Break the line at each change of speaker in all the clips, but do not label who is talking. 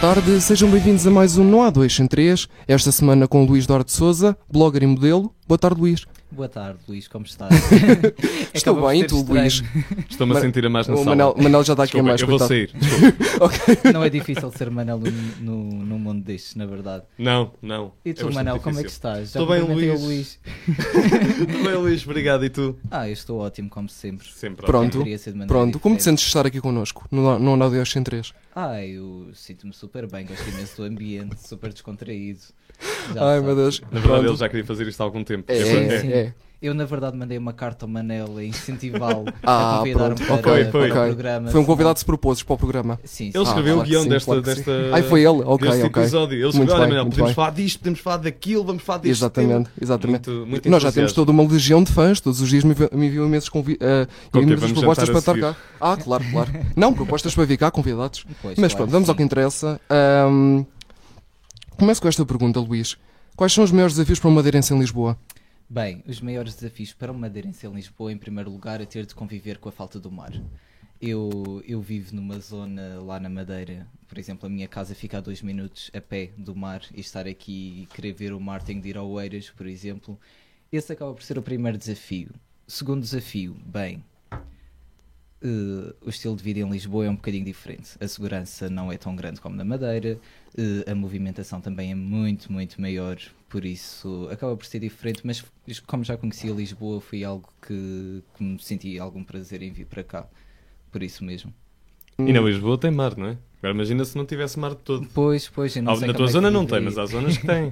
tarde, sejam bem-vindos a mais um Não Há Dois Sem Três, esta semana com Luís Dor de Souza, blogger e modelo. Boa tarde, Luís.
Boa tarde, Luís, como estás?
Estou
Acabamos
bem,
de ter
tu,
estranho.
Luís?
Estou-me a
Mas-
sentir a mais na
o
sala.
Manel, Manel já está aqui a
Desculpa,
mais,
eu vou
coitado.
sair. desculpa.
Não é difícil ser Manel no- no- num mundo destes, na verdade.
Não, não.
E tu, Manel, como é que estás? Já
Estou bem,
cumprimentei o
Luís. Tudo bem, Luís? Obrigado. E tu?
Ah, eu estou ótimo, como sempre.
Sempre.
Pronto.
Não poderia ser de maneira
Pronto, como te
diferente.
sentes de estar aqui connosco no Não Há Dois Sem Três?
Ah, eu sinto-me super bem, gosto imenso do ambiente, super descontraído. Já
Ai,
sabes.
meu Deus.
Na verdade,
Pronto.
ele já queria fazer isto há algum tempo.
É,
Eu-
é,
Sim.
é.
Eu, na verdade, mandei uma carta ao Manel a incentivá-lo
Ah,
a convidar-me
pronto,
para,
ok,
foi,
para o
ok.
programa.
Foi um convidado que se propôs para o programa.
Sim, sim.
Ele escreveu
claro
o
que
guião
sim,
desta,
claro que
desta.
sim. Ai, foi ele? Ok,
deste
ok.
episódio. Ele
Muito
escreveu, olha,
bem,
Manel,
muito
podemos
bem.
falar disto, podemos falar daquilo, vamos falar deste.
Exatamente, exatamente.
Muito, muito
Nós já temos toda uma legião de fãs, todos os dias me envi- me enviam imensos convi- eh,
Ok,
imensas
vamos
propostas para
jantar a
estar cá. Ah, claro, claro. Não, propostas para vir cá, convidados.
Pois,
Mas
claro,
pronto, vamos ao
sim.
que interessa. Ahm, começo com esta pergunta, Luís. Quais são os maiores desafios para o Madeirense em Lisboa?
Bem, os maiores desafios para uma madeirense em Lisboa, em primeiro lugar, é ter de conviver com a falta do mar. Eu, eu vivo numa zona lá na Madeira, por exemplo, a minha casa fica a dois minutos a pé do mar e estar aqui e querer ver o mar tenho de ir ao Eiras, por exemplo. Esse acaba por ser o primeiro desafio. Segundo desafio, bem, eh, o estilo de vida em Lisboa é um bocadinho diferente. A segurança não é tão grande como na Madeira, eh, a movimentação também é muito, muito maior, por isso acaba por ser diferente, mas f- como já conhecia Lisboa, foi algo que, que me senti algum prazer em vir para cá, por isso mesmo.
E na Lisboa tem mar, não é? Agora imagina se não tivesse mar de todo.
Pois, pois, eu não
Ah,
sei
Na
como
tua
é que
zona não
vive
tem,
aí.
mas há zonas que têm.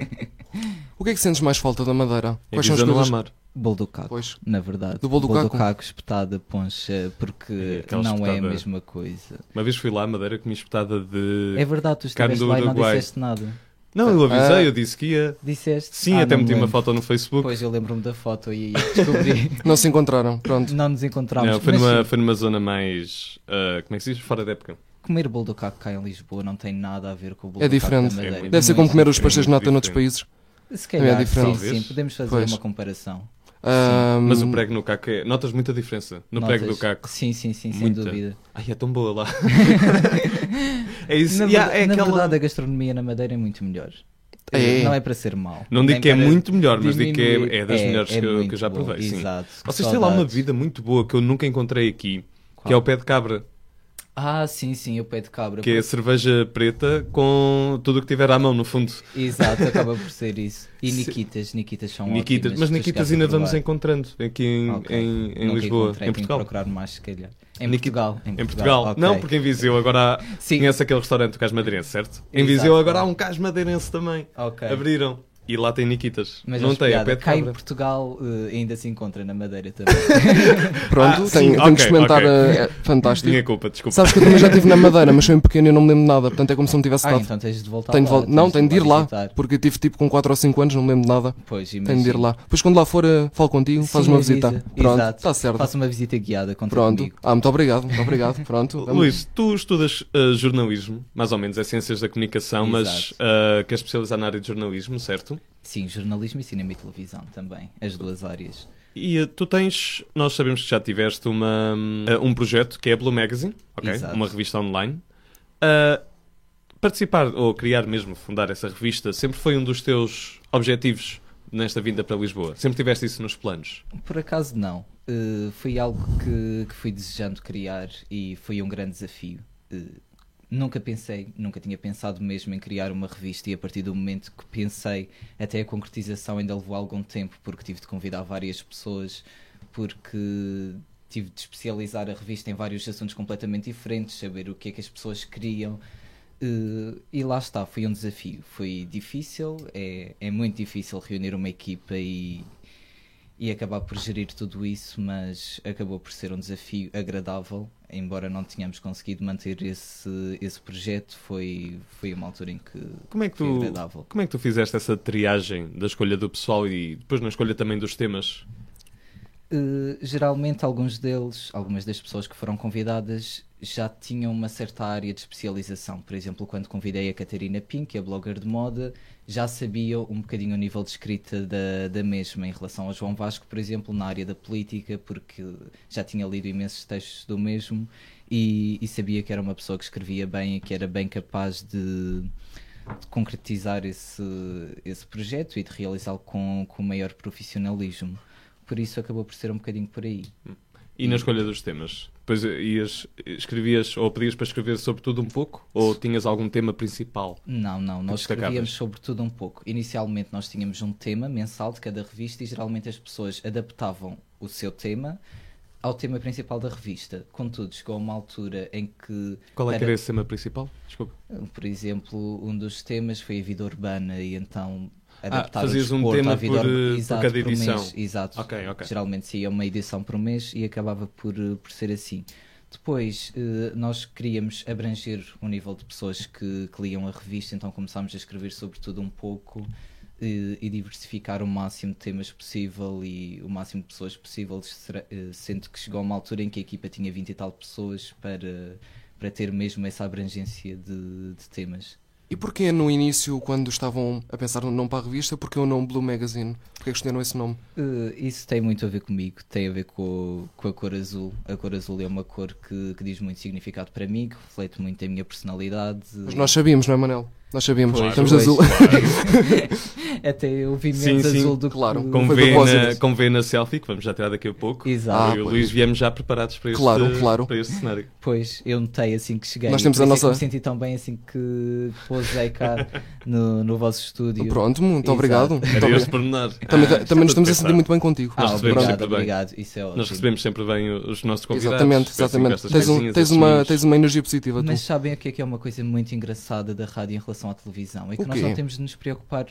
O que é que sentes mais falta da Madeira?
Em
são as
Viseu não há
coisas-
mar.
Bolo do caco,
Pois.
na verdade.
Do bolo do caco?
espetada, poncha,
É,
porque
aquela
não é a
espetada.
mesma coisa.
Uma vez fui lá à Madeira comi espetada de.
É verdade, tu
Carne
estiveste
do
lá e não
Uruguai.
disseste nada.
Não, eu
Ah.
avisei, eu disse que ia.
Disseste?
Sim,
Ah,
até
não
meti
me
uma
lembro.
foto no Facebook.
Pois eu lembro-me da foto e descobri.
Não se encontraram, pronto.
não nos encontramos.
Não, foi,
mas
numa, foi numa zona mais. ah, como é que se diz? Fora da época.
Comer bolo do caco cá em Lisboa não tem nada a ver com o bolo
É
do caco da
diferente.
Madeira.
É
Deve ser
Muito
como comer os
diferente,
pastéis de nata
muito
noutros países.
diferente. Se calhar,
É diferente.
sim, sim,
Talvez.
podemos fazer
Pois.
uma comparação.
Ahm,
Mas o prego no caco é. Notas muita diferença no
Hum. Notas.
prego do caco.
Sim, sim, sim, sem
Muita.
dúvida.
Ai, é tão boa lá. é isso.
Na,
E há-
verdade,
é
na
aquela-
verdade, a gastronomia na Madeira é muito melhor.
É.
Não é para ser mau.
Não digo
nem
que é
para
muito melhor, mas digo que
diminuir.
é, é das melhores que, eu- que
muito
eu já
boa.
provei. Sim.
Exato. que
Vocês têm lá uma
saudades.
bebida muito boa que eu nunca encontrei aqui, que é
Qual?
o pé de cabra,
Ah, sim, sim, o pé de cabra.
que é cerveja preta com tudo o que tiver à mão, no fundo.
Exato, acaba por ser isso. E Nikitas, Nikitas são
Nikitas,
ótimas.
mas
Tu
Nikitas
chegaste a
ainda vamos
provar.
encontrando aqui em,
Ok.
em- em
Nunca
Lisboa,
encontrei,
em
tenho que
Portugal.
procurar mais, se calhar. Em
Nikita-
Portugal.
Em Portugal.
ok.
Não, porque em Viseu agora há...
Sim.
conhece aquele restaurante do Cais Madeirense, certo? Em
Exato.
Viseu agora há um Cais Madeirense também.
Ok.
Abriram. E lá tem Nikitas.
Mas
não
acho
tem, é
piada.
pé de
Cá em
cabra.
Portugal eh, ainda se encontra na Madeira também. Ah,
Pronto,
Ah,
tenho,
sim,
tenho que
ok,
experimentar.
ok.
eh, é fantástico.
Minha culpa, desculpa.
Sabes que eu também já estive na Madeira, mas foi em pequeno e eu não me lembro de nada, portanto é como se não tivesse
ah,
estado.
então tens de voltar
Tenho de
lá.
vol- não, tenho de ir lá,
visitar.
porque eu tive tipo com 4 ou 5 anos, não me lembro de nada.
Pois,
Tenho de ir lá. Depois quando lá for, eh, falo contigo, fazes uma visita. Pronto, está certo.
Faço uma visita guiada conta
Pronto.
comigo.
Ah, muito obrigado, muito obrigado. Pronto, vamos.
Luís, tu estudas ah, jornalismo, mais ou menos, é ciências da comunicação, mas
Exato.
ah, queres especializar na área de jornalismo, certo?
Sim, jornalismo e cinema e televisão também. As duas áreas.
E ah, tu tens, nós sabemos que já tiveste uma, ah, um projeto que é a Blue Magazine, ok?
Exato.
uma revista online. Ah, participar ou criar mesmo, fundar essa revista, sempre foi um dos teus objetivos nesta vinda para Lisboa? Sempre tiveste isso nos planos?
Por acaso não. Eh, foi algo que, que fui desejando criar e foi um grande desafio. Eh, nunca pensei, nunca tinha pensado mesmo em criar uma revista e a partir do momento que pensei até a concretização ainda levou algum tempo porque tive de convidar várias pessoas, porque tive de especializar a revista em vários assuntos completamente diferentes, saber o que é que as pessoas queriam. Eh, e lá está, foi um desafio. Foi difícil, é, é muito difícil reunir uma equipa e, e acabar por gerir tudo isso, mas acabou por ser um desafio agradável, embora não tenhamos conseguido manter esse, esse projeto, foi, foi uma altura em que
Como é que
foi
tu,
agradável.
como é que tu fizeste essa triagem da escolha do pessoal e depois na escolha também dos temas?
Eh, geralmente alguns deles, algumas das pessoas que foram convidadas já tinham uma certa área de especialização. Por exemplo, quando convidei a Catarina Pink, a blogger de moda, já sabia um bocadinho o nível de escrita da, da mesma em relação ao João Vasco, por exemplo, na área da política, porque já tinha lido imensos textos do mesmo e, e sabia que era uma pessoa que escrevia bem e que era bem capaz de, de concretizar esse, esse projeto e de realizá-lo com, com maior profissionalismo. Por isso acabou por ser um bocadinho por aí.
E
Hum.
na escolha dos temas? Pois eh, ias, escrevias ou pedias para escrever sobre tudo um pouco? Ou tinhas algum tema principal?
Não, não, nós
destacavas?
escrevíamos sobretudo um pouco. Inicialmente nós tínhamos um tema mensal de cada revista e geralmente as pessoas adaptavam o seu tema ao tema principal da revista. Contudo, chegou a uma altura em que
Qual é que
era-
era esse tema principal? Desculpa.
Por exemplo, um dos temas foi a vida urbana e então
Ah,
adaptar o
fazias um
desporto
tema
à vida
por,
urbana.
eh, por
Exato,
cada
mês.
edição.
Exato.
Ok, ok.
Geralmente saía uma edição por mês e acabava por, eh, por ser assim. Depois, eh, nós queríamos abranger um nível de pessoas que, que liam a revista, então começámos a escrever sobre tudo um pouco eh, e diversificar o máximo de temas possível e o máximo de pessoas possível, será- eh, sendo que chegou a uma altura em que a equipa tinha 20 e tal pessoas para, para ter mesmo essa abrangência de, de temas.
E porquê no início, quando estavam a pensar no nome para a revista, porque o nome Blue Magazine? Porquê que escolheram esse nome?
Eh, isso tem muito a ver comigo, tem a ver com, com a cor azul. A cor azul é uma cor que, que diz muito significado para mim, que reflete muito a minha personalidade.
Mas nós sabíamos, não é, Manel? Nós sabíamos.
Claro.
Estamos de
Pois,
azul.
Até eu vi
Sim,
menos
sim,
azul do que
claro.
do-
Como-
Como
Foi
vê,
propósito.
na, como vê na selfie, que vamos já tirar daqui a pouco,
Exato.
eu e o
Ah,
Luís viemos já preparados para este,
Claro, claro.
Para este cenário.
Pois, eu notei assim que cheguei.
Nós temos
Por
a
isso é que
nossa-
me senti tão bem assim que posei cá no, no vosso estúdio.
Pronto, muito
Exato.
obrigado. Muito
Era
obrigado.
este pormenor.
Também,
Ah,
também nos
tudo
estamos a sentir
pensado.
muito bem contigo.
Ah,
recebemos
obrigado,
sempre bem.
obrigado. Isso é ótimo.
Nós recebemos sempre bem os nossos convidados.
exatamente,
Assim, com
exatamente.
estas
Tens, um-
coisinhas, assim
tens uma,
assumimos.
tens uma energia positiva. tu.
Mas sabem o que é que é uma coisa muito engraçada da rádio em relação à televisão? É que
O
nós
quê?
não temos de nos preocupar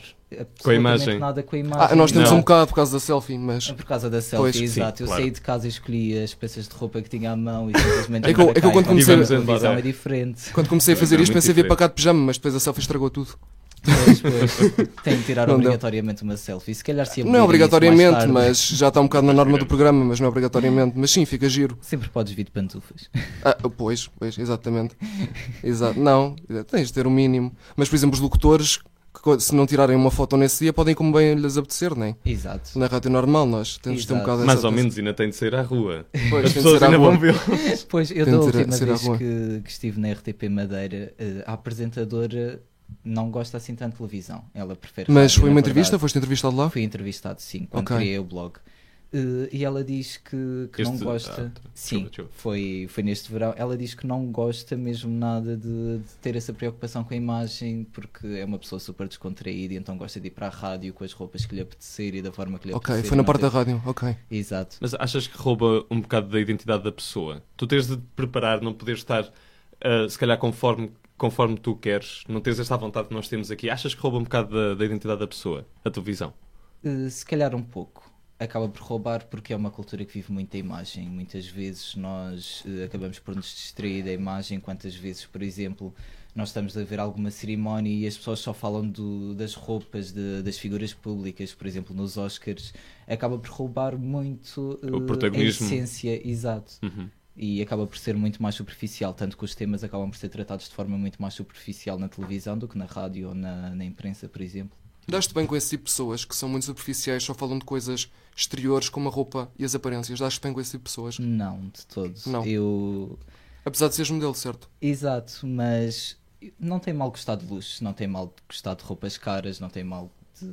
Com a imagem.
absolutamente nada com a imagem.
Ah, nós temos
Não.
um bocado por causa da selfie, mas.
É Por causa da
Pois,
selfie,
sim,
exato. eu
claro.
saí de casa e escolhi as peças de roupa que tinha à mão e simplesmente.
É que eu-
vim para
é que eu
cá,
quando
então
comecei-
a televisão
Vamos
é diferente.
Quando comecei a
É,
fazer
não,
isto,
muito
pensei em vir para
diferente.
cá de pijama, mas depois a selfie estragou tudo.
Pois, pois. Tenho que tirar
Não deu.
obrigatoriamente uma selfie. Se calhar se
Não é
abrir isso mais
obrigatoriamente,
tarde,
mas já está um bocado na norma do programa, mas não é obrigatoriamente. Mas sim, fica giro.
Sempre podes vir de pantufas.
Ah, pois, pois, exatamente. Exato. Não, tens de ter o mínimo. Mas, por exemplo, os locutores, que co- se não tirarem uma foto nesse dia, podem como bem lhes apetecer, nem?
Exato.
Na rádio normal, nós temos de ter um
Exato.
bocado
Mais
dessa
ou menos ainda tem de sair à rua.
atenção. Pois,
As
tem de
pessoas
ser à
ainda
boa.
vão vê-lo.
Pois,
Tem
eu da
de ser-
última
ser à
vez
rua.
que, que estive na RTP Madeira, eh, a apresentadora não gosta assim tanto de televisão. Ela prefere.
Mas
rádio,
foi
na
uma
verdade.
entrevista? Foste entrevistado lá?
Fui entrevistado, sim, quando
Ok.
criei o blog. Eh, e ela diz que, que não
Este-
gosta.
ah,
sim,
desculpa, desculpa.
Foi, foi neste verão. Ela diz que não gosta mesmo nada de, de ter essa preocupação com a imagem, porque é uma pessoa super descontraída e então gosta de ir para a rádio com as roupas que lhe apetecer e da forma que lhe
Ok,
apetecer.
foi na
não
parte da
ter-
rádio, ok.
Exato.
Mas achas que rouba um bocado da identidade da pessoa? Tu tens de te preparar, não poderes estar, ah, se calhar, conforme, conforme tu queres, não tens esta vontade que nós temos aqui. Achas que rouba um bocado da, da identidade da pessoa, a televisão?
Eh, se calhar um pouco. Acaba por roubar porque é uma cultura que vive muito a imagem. Muitas vezes nós eh, acabamos por nos distrair da imagem. Quantas vezes, por exemplo, nós estamos a ver alguma cerimónia e as pessoas só falam do- das roupas, de- das figuras públicas, por exemplo, nos Oscars, acaba por roubar muito eh,
O protagonismo. Uhum.
a essência, exato. E acaba por ser muito mais superficial, tanto que os temas acabam por ser tratados de forma muito mais superficial na televisão do que na rádio ou na, na imprensa, por exemplo.
Daste bem com esse tipo de pessoas que são muito superficiais, só falam de coisas exteriores, como a roupa e as aparências. Daste bem com esse tipo de pessoas.
Não, de todo.
Não.
Eu,
Apesar de seres modelo, certo?
Exato, mas não tem mal gostar de luz, não tem mal gostar de roupas caras, não tem mal de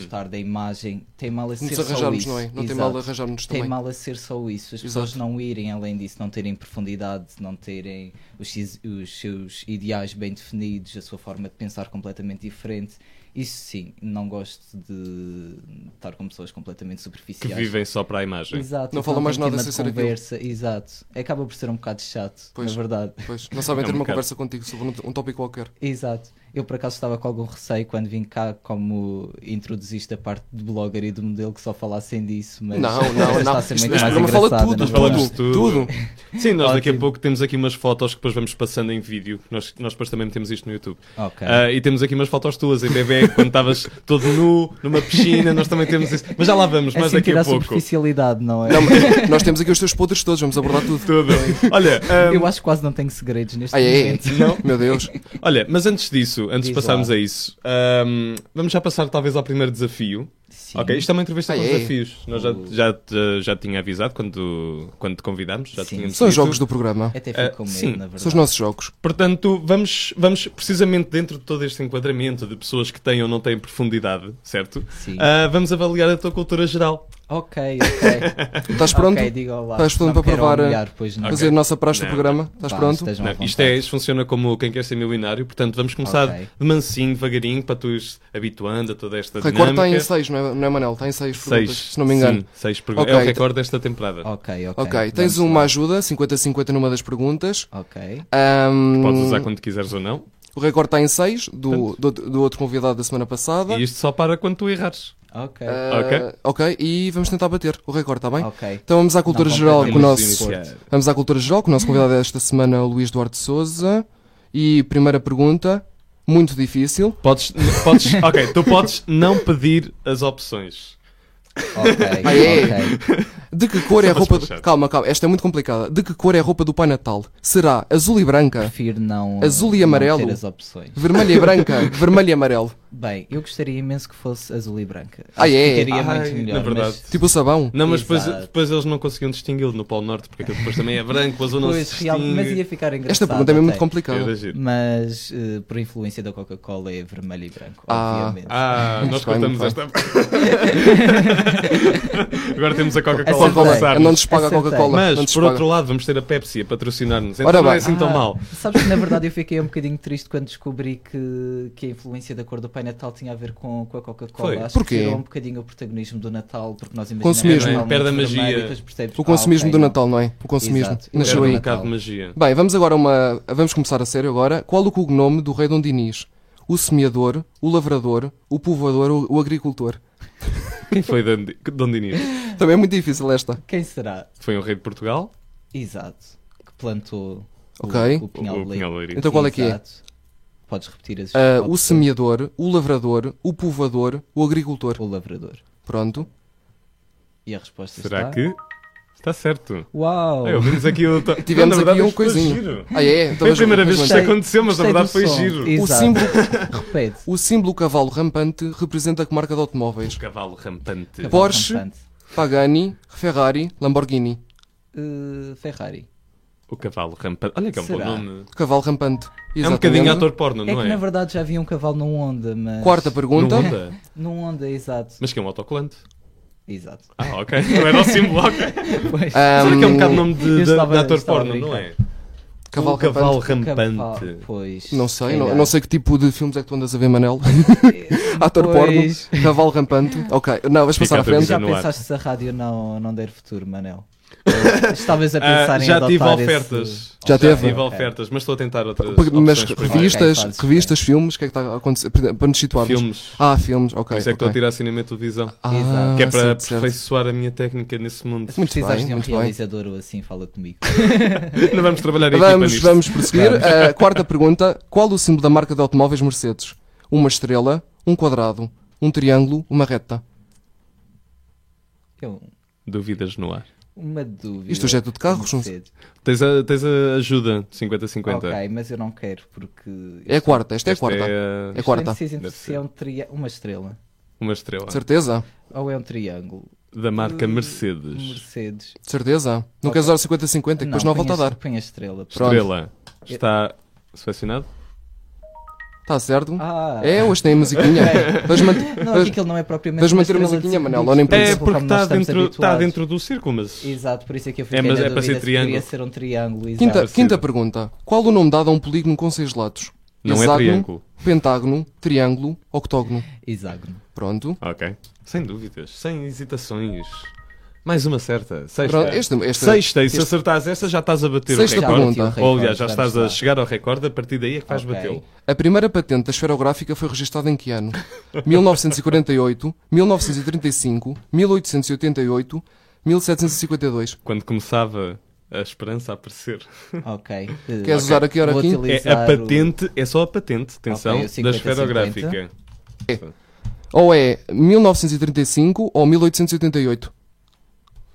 gostar da imagem, tem mal a
Hum. Não nos
ser só
arranjarmos,
isso.
não é? Não tem
Exato.
mal arranjarmos
Tem
também.
mal a ser só isso, as pessoas
Exato.
não irem além disso, não terem profundidade, não terem os, sis- os seus ideais bem definidos, a sua forma de pensar completamente diferente. Isso sim, não gosto de estar com pessoas completamente
Que
superficiais.
vivem só para a imagem.
Exato,
Não
que
falam mais
têm
nada
tema
sem
de
ser aquilo.
conversa, exato. Acaba por ser um bocado chato,
Pois.
na verdade.
Pois, não sabem
É
ter
um
uma
bocado.
conversa contigo sobre um, um tópico qualquer.
Exato. Eu por acaso estava com algum receio quando vim cá, como introduziste a parte de blogger e de modelo que só falassem disso, mas
Não, não,
está
não.
a ser
Isto-
muito
Este
mais
programa fala
engraçada,
tudo,
não é?
Falamos
tudo,
tudo.
tudo.
Sim, nós daqui a
Ótimo.
pouco temos aqui umas fotos que depois vamos passando em vídeo. Nós, nós depois também metemos isto no YouTube.
Ok.
Ah, e temos aqui umas fotos tuas em bebê, quando estavas todo nu, numa piscina. Nós também temos isso. Mas já lá vamos,
é
mais
sentir
daqui a
a
pouco.
superficialidade, não é?
Não, mas nós temos aqui os teus podres todos, vamos abordar tudo.
Tudo. Olha, ah,
Eu acho que quase não tenho segredos neste
Ai, ai, ai.
momento.
é? Meu Deus.
olha, mas antes disso, antes
Diz
de passarmos
lá.
a isso, ah, vamos já passar talvez ao primeiro desafio.
Sim.
Ok, isto é uma entrevista
Ah,
com
é?
desafios. Nós já, já, te- já te tinha avisado quando, quando te convidámos. Já te
Sim.
tínhamos
São os
dito.
jogos do programa.
Até fico
Ah,
com medo,
sim.
na verdade.
São os nossos jogos.
Portanto, vamos, vamos precisamente dentro de todo este enquadramento de pessoas que têm ou não têm profundidade, certo?
Sim.
Ah, vamos avaliar a tua cultura geral.
Ok, ok.
Estás pronto?
Ok, diga olá.
Estás pronto
Não me
para
quero
provar, eh,
humilhar, pois não.
Fazer a nossa praxe do
Não.
programa? Estás
Vá,
pronto?
estejam à
Não, isto,
vontade.
é, isto funciona como quem quer ser milionário, portanto vamos começar
Ok.
de mansinho, devagarinho, para tu ires habituando a toda esta
Recorde está em
dinâmica.
6, não é, não é Manel? Está em 6
Seis,
perguntas, se não me engano.
Sim, seis perguntas. É
Ok,
o recorde desta temporada.
Ok, ok.
Ok, tens
vamos
uma
lá.
ajuda, 50-50 numa das perguntas.
Ok.
Ahm,
Podes usar quando quiseres ou não.
O recorde está em 6, do, do, do outro convidado da semana passada.
E isto só para quando tu errares.
Ok.
Ah, ok, e vamos tentar bater o recorde, está bem?
ok.
Então vamos à cultura
Não
geral com o
completamos
nosso.
isso.
Iniciar.
Vamos à cultura geral com o nosso convidado esta semana, o Luís Duarte Souza. E primeira pergunta, muito difícil.
Podes, podes, ok, tu podes não pedir as opções.
Ok.
Ai, é.
ok.
De que cor é a
Só
roupa.
para despachar.
Do... Calma, calma, esta é muito complicada. De que cor é a roupa do Pai Natal? Será azul e branca?
Prefiro não.
Azul e
não
amarelo.
ter as opções.
Vermelha e branca? Vermelho e amarelo?
Bem, eu gostaria imenso que fosse azul e branca. Acho
Ai,
que
é.
Ficaria
Ai,
muito melhor.
na verdade.
mas-
Tipo o sabão?
Não, mas depois,
Exato.
depois eles não conseguiam distingui-lo no Polo Norte, porque aquilo depois também é branco, o azul não
Pois,
se
real,
distingue.
mas ia ficar engraçado.
Esta pergunta é mesmo muito
até.
complicada.
Era giro.
Mas eh, por influência da Coca-Cola é vermelho e branco,
Ah.
obviamente.
Ah, nós
Muito bem,
contamos
muito
esta. Agora temos a Coca-Cola a
Acertei.
passar.
Não nos paga a
Acertei.
Coca-Cola. não
É Mas,
nos
por
paga.
outro lado, vamos ter a Pepsi a patrocinar-nos. Então
Ora
não é
bem.
assim tão
Ah,
mal.
Sabes que na verdade eu fiquei um bocadinho triste quando descobri que, que a influência da cor do Pai Natal tinha a ver com, com a
Foi.
Coca-Cola. Acho
Porquê?
que tirou um bocadinho o protagonismo do Natal, porque nós imaginamos
Consumismo.
o Natal
Perde a
muito vermelho
magia.
e depois percebes,
O consumismo
ah, ok,
do
não.
Natal, não é? O consumismo.
Exato.
Nasceu
Era um
aí.
bocado de magia.
Bem, vamos agora a uma. Vamos começar a sério agora. Qual o cognome do rei Dom Dinis? O semeador, o lavrador, o povoador, o, o agricultor.
Quem foi Dom Di- Dom Dinis?
Também é muito difícil esta.
Quem será?
Foi um rei de Portugal?
Exato. Que plantou o-
Ok.
o, Pinhal
o
de Leiria.
Pinhal Leiria.
Então qual é que é?
Exato. Podes repetir as
Ah, o
opções.
semeador, o lavrador, o povoador, o agricultor.
O lavrador.
Pronto.
E a resposta
Será
está... Oh.
que. Está certo.
Uau!
É, ouvimos aqui o.
Tivemos
Na verdade,
aqui um
foi
coisinho.
giro.
Ah, é?
Foi a
mas-
primeira vez que
mas-
isto
Gostei-
aconteceu, mas na
gostei
verdade
do
foi
som.
giro.
O
Exato.
símbolo,
Repete.
o símbolo cavalo rampante representa que marca de automóveis?
O cavalo rampante.
Cavalo. Porsche. Pagani, Ferrari, Lamborghini.
Eh, Ferrari.
O cavalo rampante. Olha que é um
Será?
bom nome.
Cavalo rampante.
É um
Exatamente.
bocadinho ator porno,
é
não
que
é?
na verdade já havia um cavalo num Honda, mas.
Quarta
No
pergunta.
Honda.
Num Honda, exato.
Mas que é um autocolante.
Exato.
Ah, ok. Não era o símbolo, ok.
Hum,
Pois.
Será que é um
Ahm,
bocado nome de,
Eu
de,
estava-
de ator
estava a Um
porno, não é?
Cavalo
o Um cavalo
rampante.
rampante.
Cavalo- Pois.
Não sei, não,
calhar.
não sei que tipo de filmes é que tu andas a ver, Manel. Ator
Pois.
porno, cavalo rampante. Ok, não, vamos
Fica
passar à
a tua
frente.
visão.
Já
no ar.
pensaste se a rádio não, não der futuro, Manel? Eh, Estavas a
Ah,
pensar em
já tive
adotar
ofertas.
Esse...
Já teve?
tive
Ok.
ofertas, mas estou a tentar outras
Porque- Mas
opções primeiro.
revistas,
Ok, fazes
revistas, filmes, o que é que está a acontecer? Para para nos situarmos.
Filmes.
Ah, filmes, ok.
Por isso é que estou a
ok.
tirar cinema e televisão.
Ah,
que é para
certo, certo.
aperfeiçoar a minha técnica nesse mundo.
Se
Muito
precisares
bem,
de um
muito bem.
realizador ou assim, fala comigo.
Não vamos trabalhar em equipa
Vamos,
nisto.
vamos prosseguir. Ah, quarta pergunta: Qual o símbolo da marca de automóveis Mercedes? Uma estrela, um quadrado, um triângulo, uma reta.
Eu,
Dúvidas no ar.
é um, uma dúvida.
Isto já é tudo de carros, não-
Cedo.
Tens a, tens a ajuda 50-50.
Ok, mas eu não quero porque.
É a quarta, esta é a
Esta
quarta.
é, uh,
É a quarta.
Preciso entre
Deve
se é um tria- uma estrela
uma estrela.
De Certeza?
ou é um triângulo.
Da marca Mercedes.
Hum, Mercedes.
De Certeza? Não queres dar 50-50 que depois não, volta a
põe
dar.
Põe a estrela. por
Pronto.
Estrela.
É.
Está selecionado?
Está Tá certo?
favor. Ah,
É, hoje tem musiquinha. Vais eh, man-
Não,
vais-
aqui que ele não é propriamente.
Vais
uma
manter a
estrela de
musiquinha,
sentido.
Manel, ou nem por
É
isso.
porque
como nós
está
estamos
dentro, tá
habituados.
dentro do círculo, mas.
Exato, por isso é que eu fiquei
É, mas
na
é para ser
dúvida se
triângulo.
Poderia ser um triângulo. exato.
Quinta,
Parecido.
quinta pergunta. Qual o nome dado a um polígono com seis lados?
Não é
Hexágono,
triângulo.
Pentágono, triângulo, octógono.
Hexágono.
Pronto.
Ok. Sem dúvidas, sem hesitações. Mais uma certa. Sexta.
Pronto, este- esta-
Sexta, e se
este-
acertares esta, já estás a bater
Sexta
o
Esta
Já
recorde.
pergunta.
bati o
Ou,
recorde,
aliás, já
vamos
estás
lá.
a chegar ao recorde, a partir daí é que vais
Ok.
batê-lo.
A primeira patente da esferográfica foi registada em que ano? 1948, 1935, 1888, 1752.
Quando começava a esperança a aparecer.
Ok.
Queres usar aqui, ora
Vou
aqui?
É
utilizar
a patente, é só a patente, atenção,
Ok, o
da
50,
esferográfica.
Ou é 1935 ou 1888?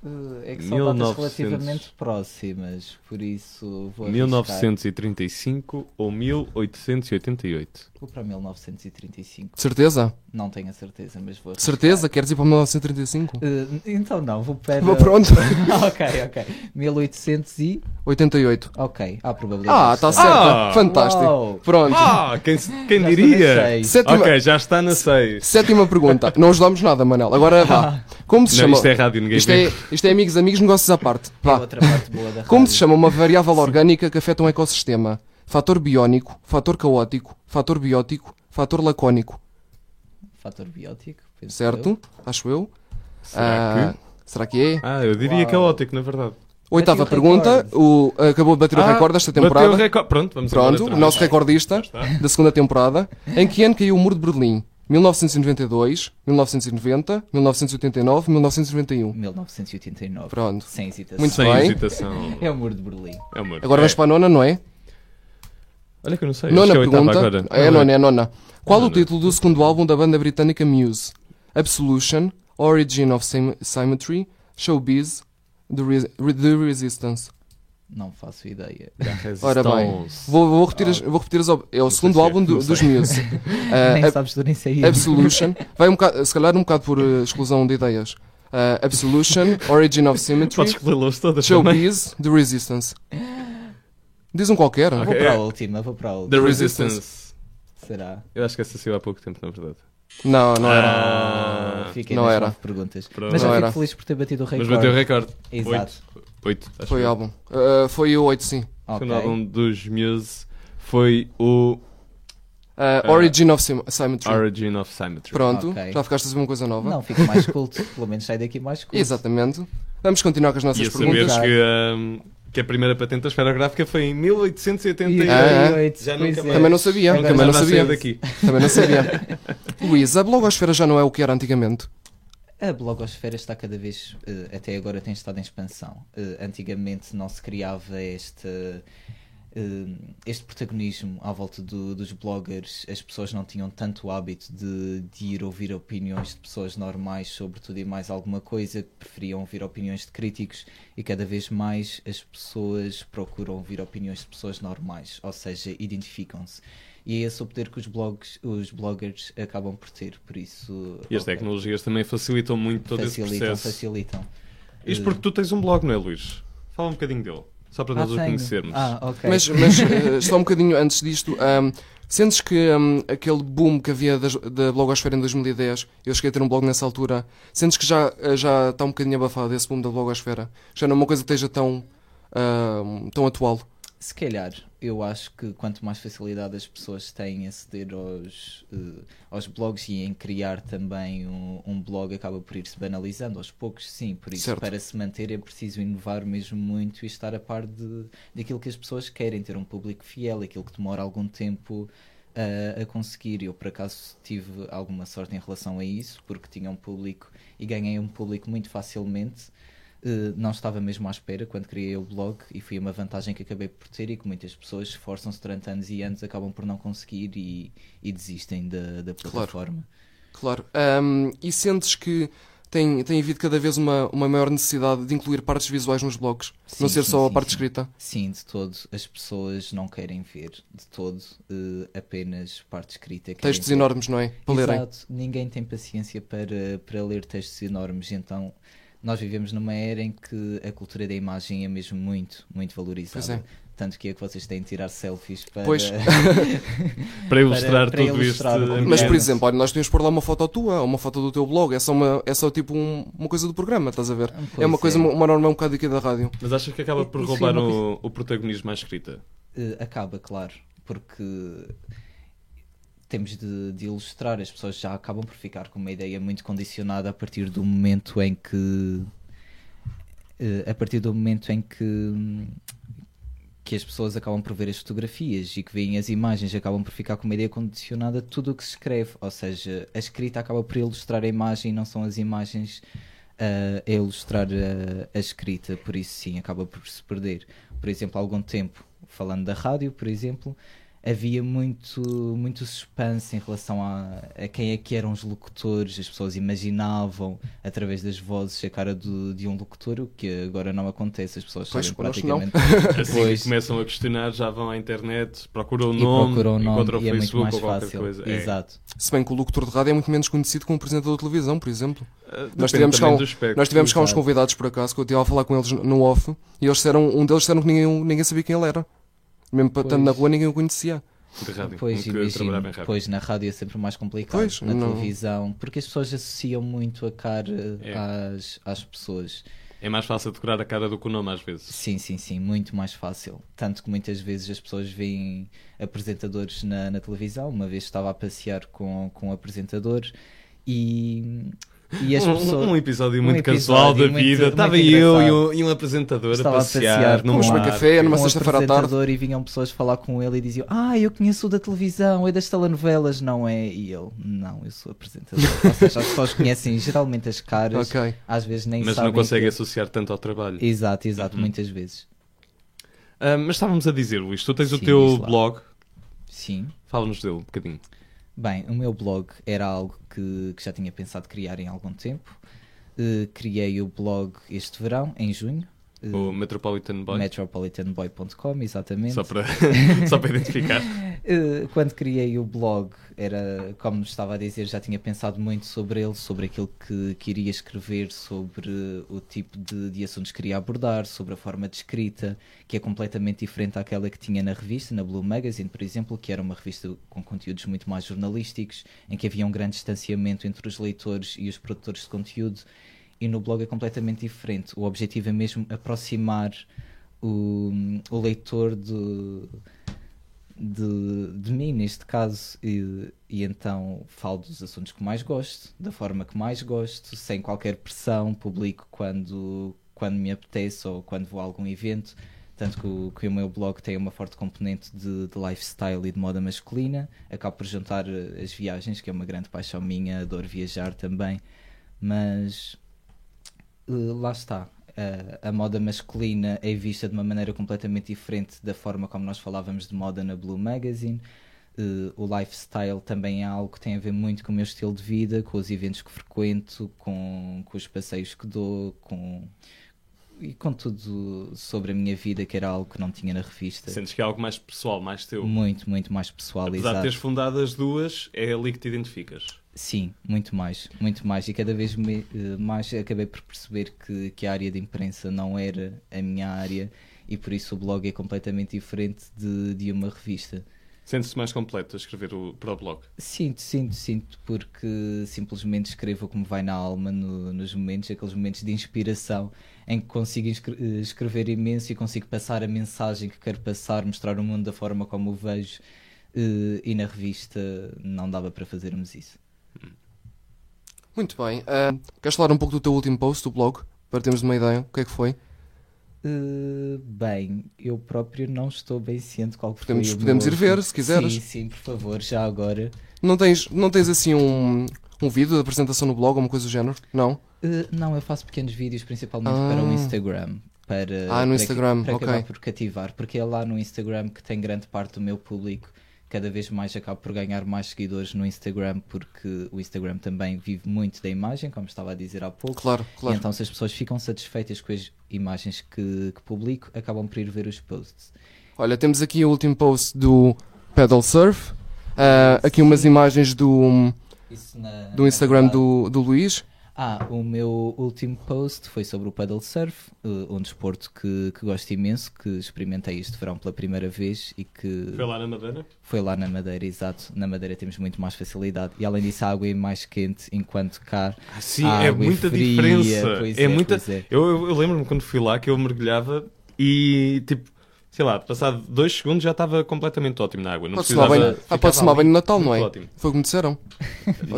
O... Uh, É que são datas
1900.
relativamente próximas, por isso vou arriscar.
1935 ou 1888.
Vou para 1935.
De certeza?
Não tenho a certeza, mas vou.
De
arriscar.
certeza? Queres ir para 1935?
Uh, então não, vou para.
Vou pronto.
ok, ok. 1800 e.
88.
Ok, há probabilidade.
Ah, está
de
certa.
Ah!
Fantástico.
tá Uau.
Pronto.
Ah, quem,
Já
quem
está na
diria?
seis.
Sétima-
Ok, já está na 6.
Sétima pergunta. Não ajudámos nada, Manel. Agora vá. Como se
Não,
chama.
isto é rádio, ninguém
Isto
vê.
é, isto é amigos, amigos, negócios à parte.
É
Vá.
outra parte boa da
Como
rádio.
se chama uma variável orgânica que afeta um ecossistema? Fator biónico, fator caótico, fator biótico, fator lacónico.
Fator biótico, penso eu.
Certo? Acho eu.
Será
Ah,
que?
será que é?
Ah, eu diria
Uau.
caótico, na verdade.
Oitava
Bateu o
pergunta.
recorde.
O, acabou de bater o
Ah,
recorde desta
bateu
temporada.
o recorde. Pronto, vamos embora
Pronto,
outra
o nosso
vez.
recordista da segunda temporada. Em que ano caiu o Muro de Berlim? 1992, 1990, 1989, 1991.
1989.
Pronto.
Sem hesitação.
Muito
Sem
bem.
hesitação.
É o muro de Berlim.
É amor.
Agora
é.
vamos para a nona, não é?
Olha que eu não sei.
Nona
acho que é a oitava
pergunta.
agora.
É a nona, é a nona. Qual o
Nona.
título do segundo álbum da banda britânica Muse? Absolution, Origin of Sym- Symmetry, Showbiz, The, Re- The Resistance.
Não faço ideia.
Ora bem, vou, vou repetir as, vou repetir as op- É o segundo
sei se é,
álbum do-
não sei.
dos Muse. Ah,
nem
Ab-
sabes tu nem sei.
Absolution. Vai um bocado, se calhar um bocado por eh, exclusão de ideias. Ah, Absolution, Origin of
Podes
Symmetry,
escolhê-los todas também.
Showbiz, The Resistance. Diz um qualquer.
Vou
Ok,
para
é.
a última, vou para a
The
última.
Resistance.
Será?
Eu acho que essa saiu há pouco tempo, na verdade.
Não, não era.
Ah,
Fiquei
não
nas
era.
nove perguntas.
Pronto.
Mas já
Não
fico
era.
feliz por ter batido o
Mas
recorde.
bateu o recorde.
Exato.
Oito. acho
Foi
que
álbum. Ah, foi o 8, sim.
O
Ok.
segundo álbum dos Muse foi o
Ah,
Ah.
Origin of Sym- Symmetry.
Origin of Symmetry.
Pronto,
Ok.
já ficaste a saber uma coisa nova.
Não, fico mais culto. Pelo menos sai daqui mais culto.
Exatamente. Vamos continuar com as nossas
E a saber
perguntas.
perguntas.
que, hum, que a primeira patente da esferográfica foi em 1888.
Ah, é.
88,
Já
pois
nunca
é.
mais.
Também não sabia,
Agora
também
já
não
Então, vai
sabia.
sair daqui.
Também não sabia. Luís, a blogosfera já não é o que era antigamente.
A blogosfera está cada vez, eh, até agora tem estado em expansão. Eh, antigamente não se criava este, eh, este protagonismo à volta do- dos bloggers. As pessoas não tinham tanto hábito de, de ir ouvir opiniões de pessoas normais sobre tudo e mais alguma coisa, preferiam ouvir opiniões de críticos e cada vez mais as pessoas procuram ouvir opiniões de pessoas normais, ou seja, identificam-se. E é esse o poder que os, blogs, os bloggers acabam por ter, por isso...
E as
ok
tecnologias também facilitam muito todo esse
facilitam,
processo.
facilitam. Eh,
Isto porque tu tens um blog, não é, Luís? Fala um bocadinho dele. Só para
Ah,
nós o
tenho.
conhecermos.
Ah, ok.
Mas, mas eh, só um bocadinho antes disto, ahm, sentes que ahm, aquele boom que havia das- da blogosfera em 2010, eu cheguei a ter um blog nessa altura, sentes que já, eh, já está um bocadinho abafado esse boom da blogosfera? Já não é uma coisa que esteja tão, ahm, tão atual?
Se calhar, eu acho que quanto mais facilidade as pessoas têm em aceder aos, eh, aos blogs e em criar também um, um blog, acaba por ir-se banalizando aos poucos, sim. Por isso,
Certo.
para se manter é preciso inovar mesmo muito e estar a par de, daquilo que as pessoas querem, ter um público fiel, aquilo que demora algum tempo ah, a, a conseguir. Eu, por acaso, tive alguma sorte em relação a isso, porque tinha um público e ganhei um público muito facilmente. Uh, não estava mesmo à espera quando criei o blog e foi uma vantagem que acabei por ter e que muitas pessoas esforçam-se durante anos e anos, acabam por não conseguir e, e desistem da, da plataforma.
Claro. Ahm, e sentes que tem, tem havido cada vez uma, uma maior necessidade de incluir partes visuais nos blogs,
Sim,
não ser
sim,
só a
sim,
parte
sim.
escrita?
Sim, de todo. As pessoas não querem ver de todo uh, apenas parte escrita. querem
Textos
ver-
enormes, não é? Para lerem.
Exato. Ninguém tem paciência para, para ler textos enormes, então nós vivemos numa era em que a cultura da imagem é mesmo muito, muito valorizada.
Pois é.
Tanto que é que vocês têm de tirar selfies para...
Pois.
Para ilustrar
para
tudo
ilustrar o
isto. eh,
conteúdo.
Mas, por
Sim.
exemplo, olha, nós temos por lá uma foto tua, ou uma foto do teu blog, é só, uma, é só tipo um- uma coisa do programa, estás a ver?
Pois
é uma coisa,
é.
uma, uma norma um bocado aqui da rádio.
Mas achas que acaba por
Isso é
roubar
uma
o, o protagonismo à escrita?
Eh, acaba, claro, porque temos de, de ilustrar, as pessoas já acabam por ficar com uma ideia muito condicionada a partir do momento em que eh, a partir do momento em que, hum, que as pessoas acabam por ver as fotografias e que veem as imagens, acabam por ficar com uma ideia condicionada de tudo o que se escreve. Ou seja, a escrita acaba por ilustrar a imagem e não são as imagens ah, a ilustrar ah, a escrita. Por isso, sim, acaba por se perder. Por exemplo, há algum tempo, falando da rádio, por exemplo, havia muito, muito suspense em relação a, a quem é que eram os locutores, as pessoas imaginavam através das vozes a cara do- de um locutor, o que agora não acontece, as pessoas
Pois,
sabem
connosco não.
praticamente
Assim
Pois.
que começam a questionar, já vão à internet, procuram o
e
nome,
procuram o
encontram
nome
o
e é muito
Facebook
mais
ou qualquer
fácil.
coisa. É.
Exato.
Se bem que o locutor de rádio é muito menos conhecido que um apresentador de televisão, por exemplo.
Ah, depende
Nós tivemos cá
também
um-
do espectro.
Nós tivemos cá uns
Exato.
convidados, por acaso, que eu estive a falar com eles no off, e eles disseram, um deles disseram que ninguém, ninguém sabia quem ele era. Mesmo estando na
Pois.
rua, ninguém o conhecia.
de rádio,
Pois,
um que trabalhava em
imagino,
rádio.
pois na rádio é sempre mais complicado,
Pois,
na
não-
televisão, porque as pessoas associam muito a cara
É.
às, às pessoas.
É mais fácil decorar a cara do que o nome às vezes.
Sim, sim, sim, muito mais fácil. Tanto que muitas vezes as pessoas veem apresentadores na, na televisão. Uma vez estava a passear com, com um apresentador e, e as
um,
pessoas.
um episódio muito
um
casual da
episódio muito-
vida.
muito
Estava eu e
é engraçado.
um, e um apresentador
Estava
a
a
passear,
passear
num
com
uma
bar.
café, numa
um
sexta-feira à tarde.
apresentador e vinham pessoas falar com ele e diziam Ah, eu conheço o da televisão, é das telenovelas, não é? E ele, não, eu sou apresentador. Ou seja, as pessoas conhecem geralmente as caras,
Ok.
às vezes nem
Mas
sabem.
não consegue Uhum.
que-
associar tanto ao trabalho.
Exato, exato, muitas vezes.
Ah, mas estávamos a dizer, Luís, tu tens o
Sim,
teu
diz lá.
blog,
Sim.
fala-nos dele um bocadinho.
Bem, o meu blog era algo que, que já tinha pensado criar em algum tempo. Eh, criei o blog este verão, em junho. eh,
O Metropolitan Boy.
metropolitanboy.com, exatamente.
Só para, só para identificar.
Eh, quando criei o blog, era, como estava a dizer, já tinha pensado muito sobre ele, sobre aquilo que queria escrever, sobre o tipo de, de assuntos que queria abordar, sobre a forma de escrita, que é completamente diferente àquela que tinha na revista, na Blue Magazine, por exemplo, que era uma revista com conteúdos muito mais jornalísticos, em que havia um grande distanciamento entre os leitores e os produtores de conteúdo, e no blog é completamente diferente. O objetivo é mesmo aproximar o, o leitor do de, de mim neste caso e, e então falo dos assuntos que mais gosto, da forma que mais gosto, sem qualquer pressão, publico quando, quando me apetece ou quando vou a algum evento. Tanto que o, que o meu blog tem uma forte componente de, de lifestyle e de moda masculina. Acabo por juntar eh, as viagens, que é uma grande paixão minha, adoro viajar também. Mas eh, lá está. Eh, a moda masculina é vista de uma maneira completamente diferente da forma como nós falávamos de moda na Blue Magazine. Eh, o lifestyle também é algo que tem a ver muito com o meu estilo de vida, com os eventos que frequento, com, com os passeios que dou, com e com tudo sobre a minha vida, que era algo que não tinha na revista.
Sentes que é algo mais pessoal, mais teu.
Muito, muito mais
Apesar de
pessoalizado.
teres fundado as duas, é ali que te identificas.
Sim, muito mais, muito mais. E cada vez me- eh, mais acabei por perceber que, que a área de imprensa não era a minha área e por isso o blog é completamente diferente de, de uma revista.
Sentes-te mais completo a escrever o, para o blog.
Sinto, sinto, sinto, porque simplesmente escrevo o que me vai na alma no- nos momentos, aqueles momentos de inspiração em que consigo inscre- eh, escrever imenso e consigo passar a mensagem que quero passar, mostrar o mundo da forma como o vejo. eh, E na revista não dava para fazermos isso.
Muito bem. ah, queres falar um pouco do teu último post, do blog, para termos uma ideia? O que é que foi?
Uh, bem, eu próprio não estou bem ciente qual que
Podemos-
foi o
podemos
meu
ir ver,
último-
se quiseres.
Sim, sim, por favor, já agora.
Não tens, não tens assim um, um vídeo de apresentação no blog ou uma coisa do género? Não?
Uh, não, eu faço pequenos vídeos principalmente
Ah.
para o Instagram. Para,
Ah, no
para-
Instagram,
para
ok.
acabar por cativar, porque é lá no Instagram que tem grande parte do meu público. Cada vez mais acabo por ganhar mais seguidores no Instagram, porque o Instagram também vive muito da imagem, como estava a dizer há pouco.
Claro,
E
claro.
então, se as pessoas ficam satisfeitas com as imagens que, que publico, acabam por ir ver os posts.
Olha, temos aqui o último post do Pedal Surf. ah, aqui umas imagens do,
Isso na-
do
na
Instagram
verdade-
do, do Luís.
Ah, o meu último post foi sobre o paddle surf, eh, um desporto que, que gosto imenso, que experimentei este verão pela primeira vez e que
Foi lá na Madeira?
foi lá na Madeira, exato. Na Madeira temos muito mais facilidade e além disso a água é mais quente, enquanto cá
Ah, sim,
a
é
água
muita
fria,
diferença.
Pois
é muita...
pois é.
Eu, eu- eu lembro-me quando fui lá que eu mergulhava e tipo, sei lá, passado dois segundos já estava completamente ótimo na água. Não
Pode-se tomar
precisava-
banho, ah, pode
ficava
tomar
ali
banho no Natal, não é?
muito Ótimo.
Foi o que me disseram.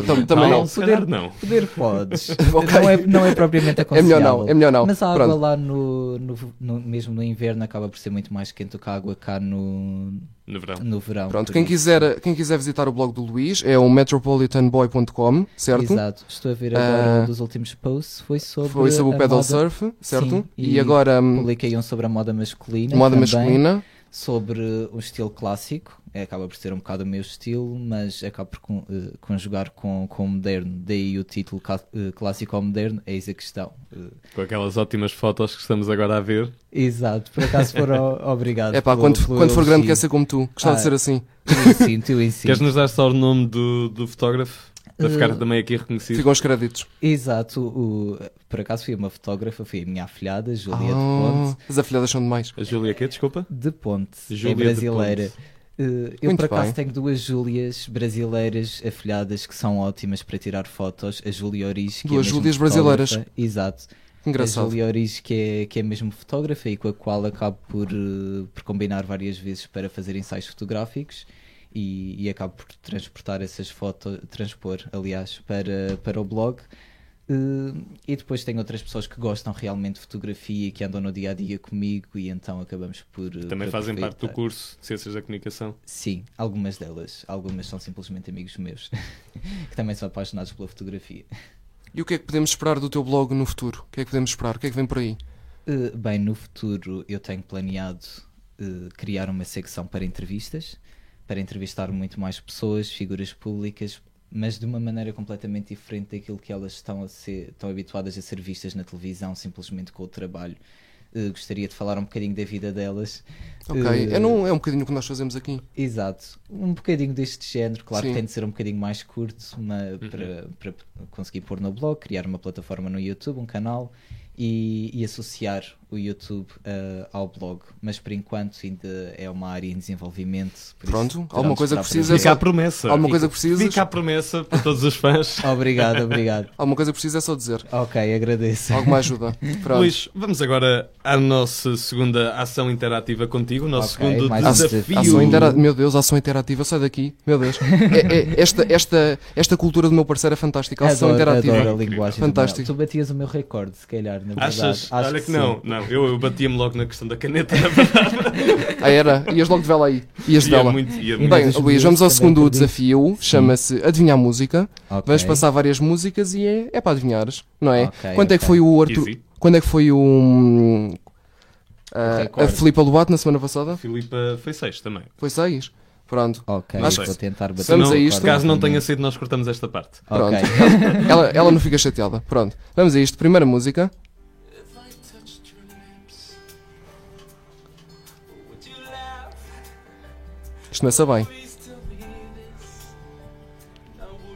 Tam- também não.
se calhar não.
Poder podes.
Ok.
não, é, não é propriamente
É
aconselhável.
melhor não, é melhor não.
Mas a água
Pronto.
lá no, no- no- mesmo no inverno acaba por ser muito mais quente do que a água cá no,
No verão.
no verão.
Pronto,
por
quem
isso.
quiser, quem quiser visitar o blog do Luís é o metropolitanboy.com, certo?
Exato. Estou a ver agora
Ah,
um dos últimos posts foi sobre,
Foi sobre
a
o pedal
moda-
surf, certo?
Sim,
e,
e
agora hum,
Publiquei um sobre a moda masculina.
moda
também,
masculina.
Sobre o estilo clássico. É, acaba por ser um bocado o meu estilo, mas acaba por con- eh, conjugar com, com o moderno. Daí o título ca- eh, clássico ao moderno, eis a questão. Eh,
Com aquelas ótimas fotos que estamos agora a ver.
Exato, por acaso foram obrigado.
É pá,
pelo-
quando,
pelo
quando for grande quer
elogio.
ser como tu. Gostava
Ah,
de ser assim.
Eu ensino, eu ensino.
Queres nos dar só o nome do, do fotógrafo? Para
Eh,
ficar também aqui reconhecido.
Ficam os créditos.
Exato, o- por acaso fui uma fotógrafa, fui a minha afilhada, Julia
Ah, as afilhadas são demais.
A Júlia quê? Desculpa.
de Ponte, de Ponte,
Júlia
é
de
brasileira.
Ponte.
Eh, Eu
Muito
por acaso
bem.
tenho duas Júlias brasileiras afilhadas que são ótimas para tirar fotos, a Júlia Oris, que
Duas
é mesmo
Júlias brasileiras.
fotógrafa. Exato.
Que
A
Engraçado.
Júlia Oris, que é, que é mesmo fotógrafa e com a qual acabo por, eh, por combinar várias vezes para fazer ensaios fotográficos e, e acabo por transportar essas fotos, transpor, aliás, para, para o blog. Eh, E depois tenho outras pessoas que gostam realmente de fotografia e que andam no dia a dia comigo e então acabamos por. eh,
Também
por
fazem parte do
aproveitar.
curso de Ciências da Comunicação.
Sim, algumas delas. Algumas são simplesmente amigos meus que também são apaixonados pela fotografia.
E o que é que podemos esperar do teu blog no futuro? O que é que podemos esperar? O que é que vem por aí?
Uh, Bem, no futuro eu tenho planeado uh, criar uma secção para entrevistas, para entrevistar muito mais pessoas, figuras públicas, mas de uma maneira completamente diferente daquilo que elas estão, a ser, estão habituadas a ser vistas na televisão, simplesmente com o trabalho. Uh, gostaria de falar um bocadinho da vida delas.
Ok.
Uh,
É, não, é um bocadinho o que nós fazemos aqui.
Exato, um bocadinho deste género, claro
Sim. Uhum.
que tem de ser um bocadinho mais curto uma- para, para conseguir pôr no blog, criar uma plataforma no YouTube, um canal e, e associar o YouTube eh, ao blog. Mas por enquanto ainda é uma área em desenvolvimento. por isso
Pronto,
terão
alguma
de
coisa que
esperar para
precisa- Mas
Fica
é
a
só-
promessa.
Alguma coisa que
Fica-
precisas?
Fica a promessa para todos os fãs.
ver. Obrigado, obrigado.
Alguma coisa que precisas é só dizer.
ok, agradeço.
Alguma ajuda. Pronto.
Luís, vamos agora à nossa segunda ação interativa contigo, o nosso
Ok,
segundo
mais um
desafio.
desafio.
Ação intera... Meu Deus, ação interativa, sai daqui, meu Deus. É- é- esta, esta, esta cultura do meu parceiro é fantástica. Ação
Adoro,
interativa.
adoro a linguagem. do
Fantástico.
Manuel. Tu batias o meu recorde, se calhar, na verdade.
Achas?
Acho
Olha que,
que
não.
sim.
Não, eu, eu batia-me logo na questão da caneta, na verdade.
Ah, era, ias logo de vela aí. Ias de
Ia
vela.
muito, ia muito.
Bem,
Mas os
Luís, vamos ao
miúdos também
segundo
acreditam.
desafio. Chama-se Adivinhar Música.
Ok.
Vamos passar várias músicas e é, é para adivinhares, não é?
Ok,
quando é que
ok.
foi o Arthur.
Easy.
Quando é que foi o. hum, a- a
recorde.
Filipa Lobato na semana passada?
Filipa foi seis também.
Foi seis. Pronto.
Ok,
Acho que-
vou tentar bater
Vamos
o
a
não,
isto.
recorde
Caso não
também.
tenha sido, nós cortamos esta parte.
Pronto.
Ok.
ela, ela não fica chateada. Pronto. Vamos a isto. Primeira música. Isto começa bem.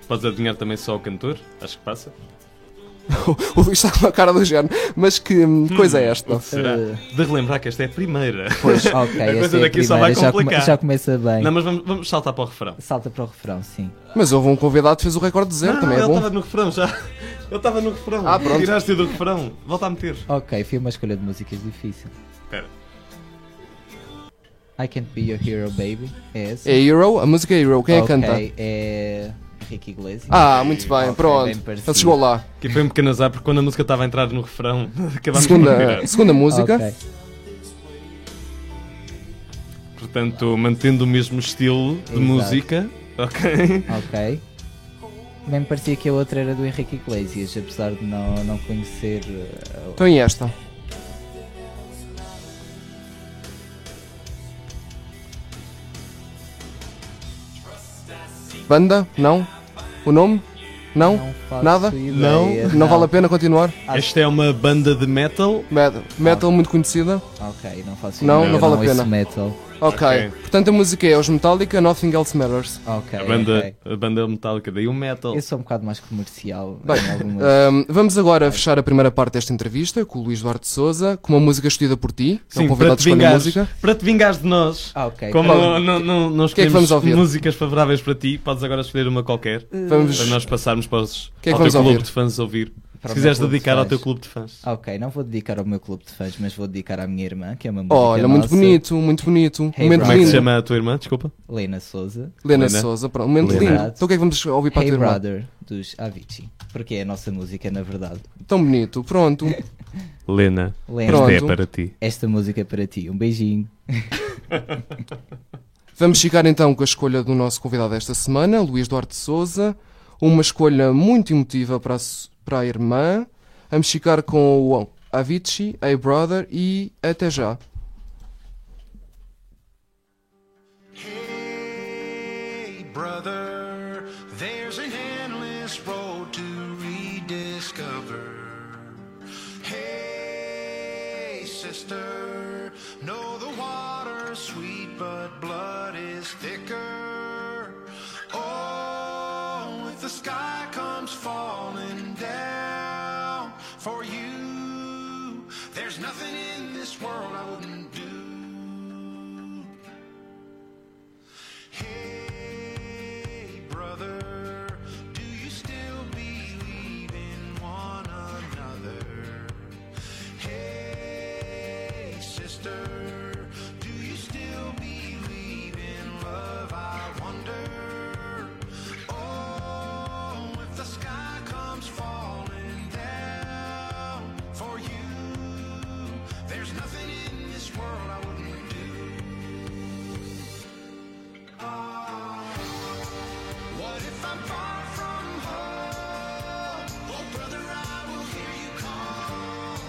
Podes adivinhar também só o cantor? Acho que passa.
O Luís está com a cara do género. Mas que hum, coisa é esta?
Será? De relembrar que esta é a primeira.
Pois, ok,
coisa
esta é a
daqui só
primeira,
vai
já, come-
complicar.
já começa bem.
Não, mas vamos, vamos saltar para o refrão.
Salta para o refrão, sim.
Mas houve um convidado que fez o recorde de zero,
não,
também é
ele
bom.
estava Ah, no refrão já. Ele estava no refrão.
Ah, pronto.
Tiraste-o do refrão. Volta a meter.
Ok, foi uma escolha de músicas difícil.
Espera.
I Can't Be Your Hero, Baby. É essa?
É Hero, a música é Hero, quem é que
Ok,
canta?
é Ricky Iglesias.
Ah, muito bem,
Ok,
pronto.
bem parecido.
Ele chegou lá.
Aqui foi um pequeno azar, porque quando a música estava a entrar no refrão, acabámos por tirar.
Segunda, segunda música.
Ok.
Portanto, mantendo o mesmo estilo de
Exato.
música. Ok.
ok. Bem me parecia que a outra era do Henrique Iglesias, apesar de não, não conhecer. uh,
Então e esta? Banda? Não? O nome? Não?
não faço
Nada?
ideia,
Não,
Não vale a pena continuar?
Esta é uma banda de metal.
Med-
Ah.
Metal muito conhecida?
Ok, não faço
Não,
ideia,
não vale a
ouço
pena.
metal.
Ok.
Ok.
Portanto a música é os Metallica, Nothing Else Matters.
Ok.
A banda,
ok.
a banda metálica, daí o metal.
Eu sou um bocado mais comercial.
Bem, eh,
em algumas-
Ahm, vamos agora fechar a primeira parte desta entrevista com o Luís Duarte Souza, com uma música escolhida por ti. que é um
Sim, para
convidado
te,
escolhe a
vingares,
música.
para te vingares de nós.
Ah, ok.
Como
Qual-
não, não, não, não
que é que
escolhemos
vamos ouvir?
músicas favoráveis para ti, podes agora escolher uma qualquer.
Vamos.
Para nós passarmos para, os,
que é que
ao
vamos
teu
ouvir?
clube de fãs ouvir.
para o
Se
meu
quiseres
clube de
dedicar
fãs.
ao
Ah,
teu clube de fãs.
Ok, não vou dedicar ao meu clube de fãs, mas vou dedicar à minha irmã, que é uma música
Olha, muito
nossa,
bonito, muito bonito.
Hey,
momento
brother.
Como é que se
lindo.
chama a tua irmã? Desculpa.
Lena Souza.
Lena
Lena.
Souza, pronto. Momento
Lena.
lindo.
Verdade.
Então o que é que vamos ouvir para a
Hey
tua irmã?
Brother, dos Avicii. Porque é a nossa música, na verdade.
Tão bonito, pronto.
Lena,
Lena,
Pronto.
esta é para ti.
esta música é para ti. Um beijinho.
Vamos chegar então com a escolha do nosso convidado desta semana, Luís Duarte Souza. Uma escolha muito emotiva para a, su- para a irmã. Vamos chegar com o Avicii, A Brother e Até Já.
Hey, brother, there's an endless road to rediscover. Hey, sister, know the water's sweet, but blood is thicker. Oh, if the sky comes falling down for you, there's nothing in this world I wouldn't do. Hey, brother, do you still believe in one another? Hey, sister, do you still believe in love? I wonder. Oh, if the sky comes falling down for you, there's nothing in this world I wouldn't do. What if I'm far from home? Oh, brother, I will hear you call.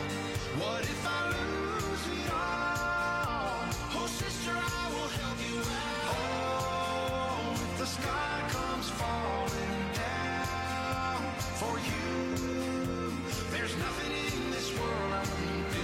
What if I lose it all? Oh, sister, I will help you out. Oh, if the sky comes falling down for you, there's nothing in this world I wouldn't do.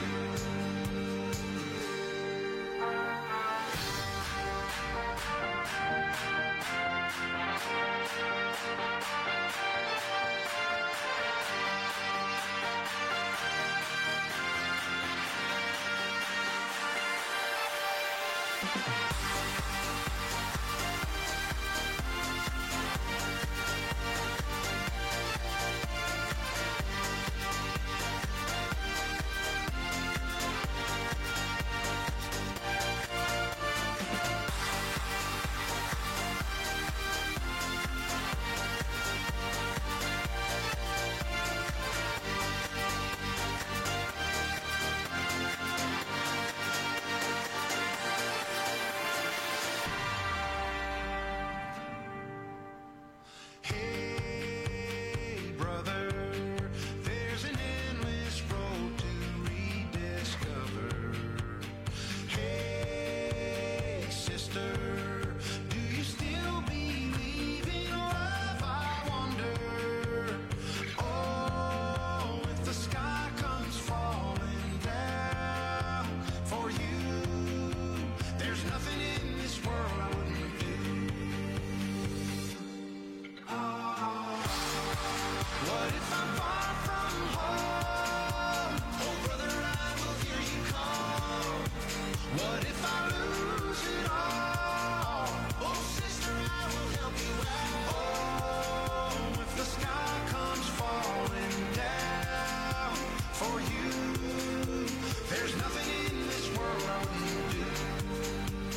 Hey, brother, there's an endless road to rediscover. Hey, sister, do you still believe in love? I wonder. Oh, if the sky comes falling down for you, there's nothing in this world I wouldn't do. What if I'm far from home? Oh, brother, I will hear you call. What if I lose it all? Oh, sister, I will help you out. Oh, if the sky comes falling down for you, there's nothing in this world I wouldn't do.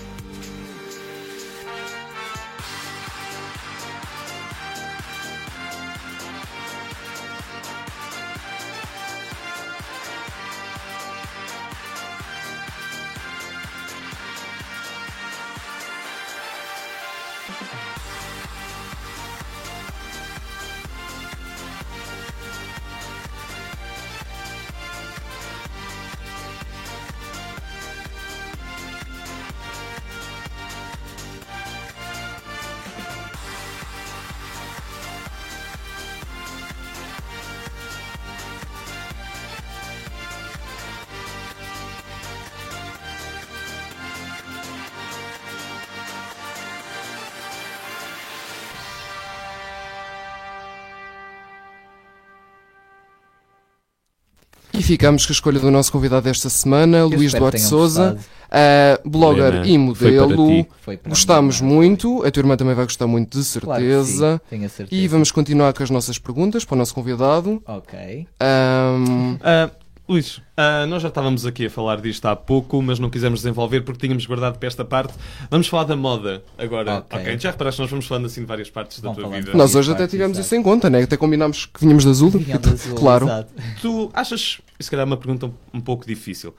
E ficamos com a escolha do nosso convidado desta semana,
Eu
Luís
espero que
Duarte
tenham
Souza,
gostado.
ah, blogger
Helena,
e
foi para
modelo.
ti.
Foi para
Gostámos
mim, é?
muito, a tua irmã também vai gostar muito, de
Claro que sim,
certeza.
tenho a certeza.
E vamos continuar com as nossas perguntas para o nosso convidado.
Ok.
Ahm,
Ah, Luís, ah, nós já estávamos aqui a falar disto há pouco, mas não quisemos desenvolver porque tínhamos guardado para esta parte. Vamos falar da moda agora.
Ok.
Ok, já reparaste, que nós vamos falando assim de várias partes da
Vamos
tua
falando.
vida.
nós
Não.
hoje até
Exato,
tivemos
exato.
isso em conta, né? Até combinámos que vinhamos de azul.
Vinham de azul,
claro.
exato.
Tu achas, se calhar uma pergunta um, um pouco difícil,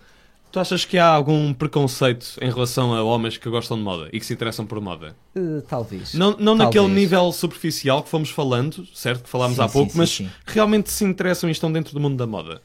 tu achas que há algum preconceito em relação a homens que gostam de moda e que se interessam por moda?
Eh, talvez.
Não, não
Talvez.
naquele nível superficial que fomos falando, certo? Que falámos
Sim,
há
sim,
pouco,
sim,
mas
sim.
realmente se interessam e estão dentro do mundo da moda.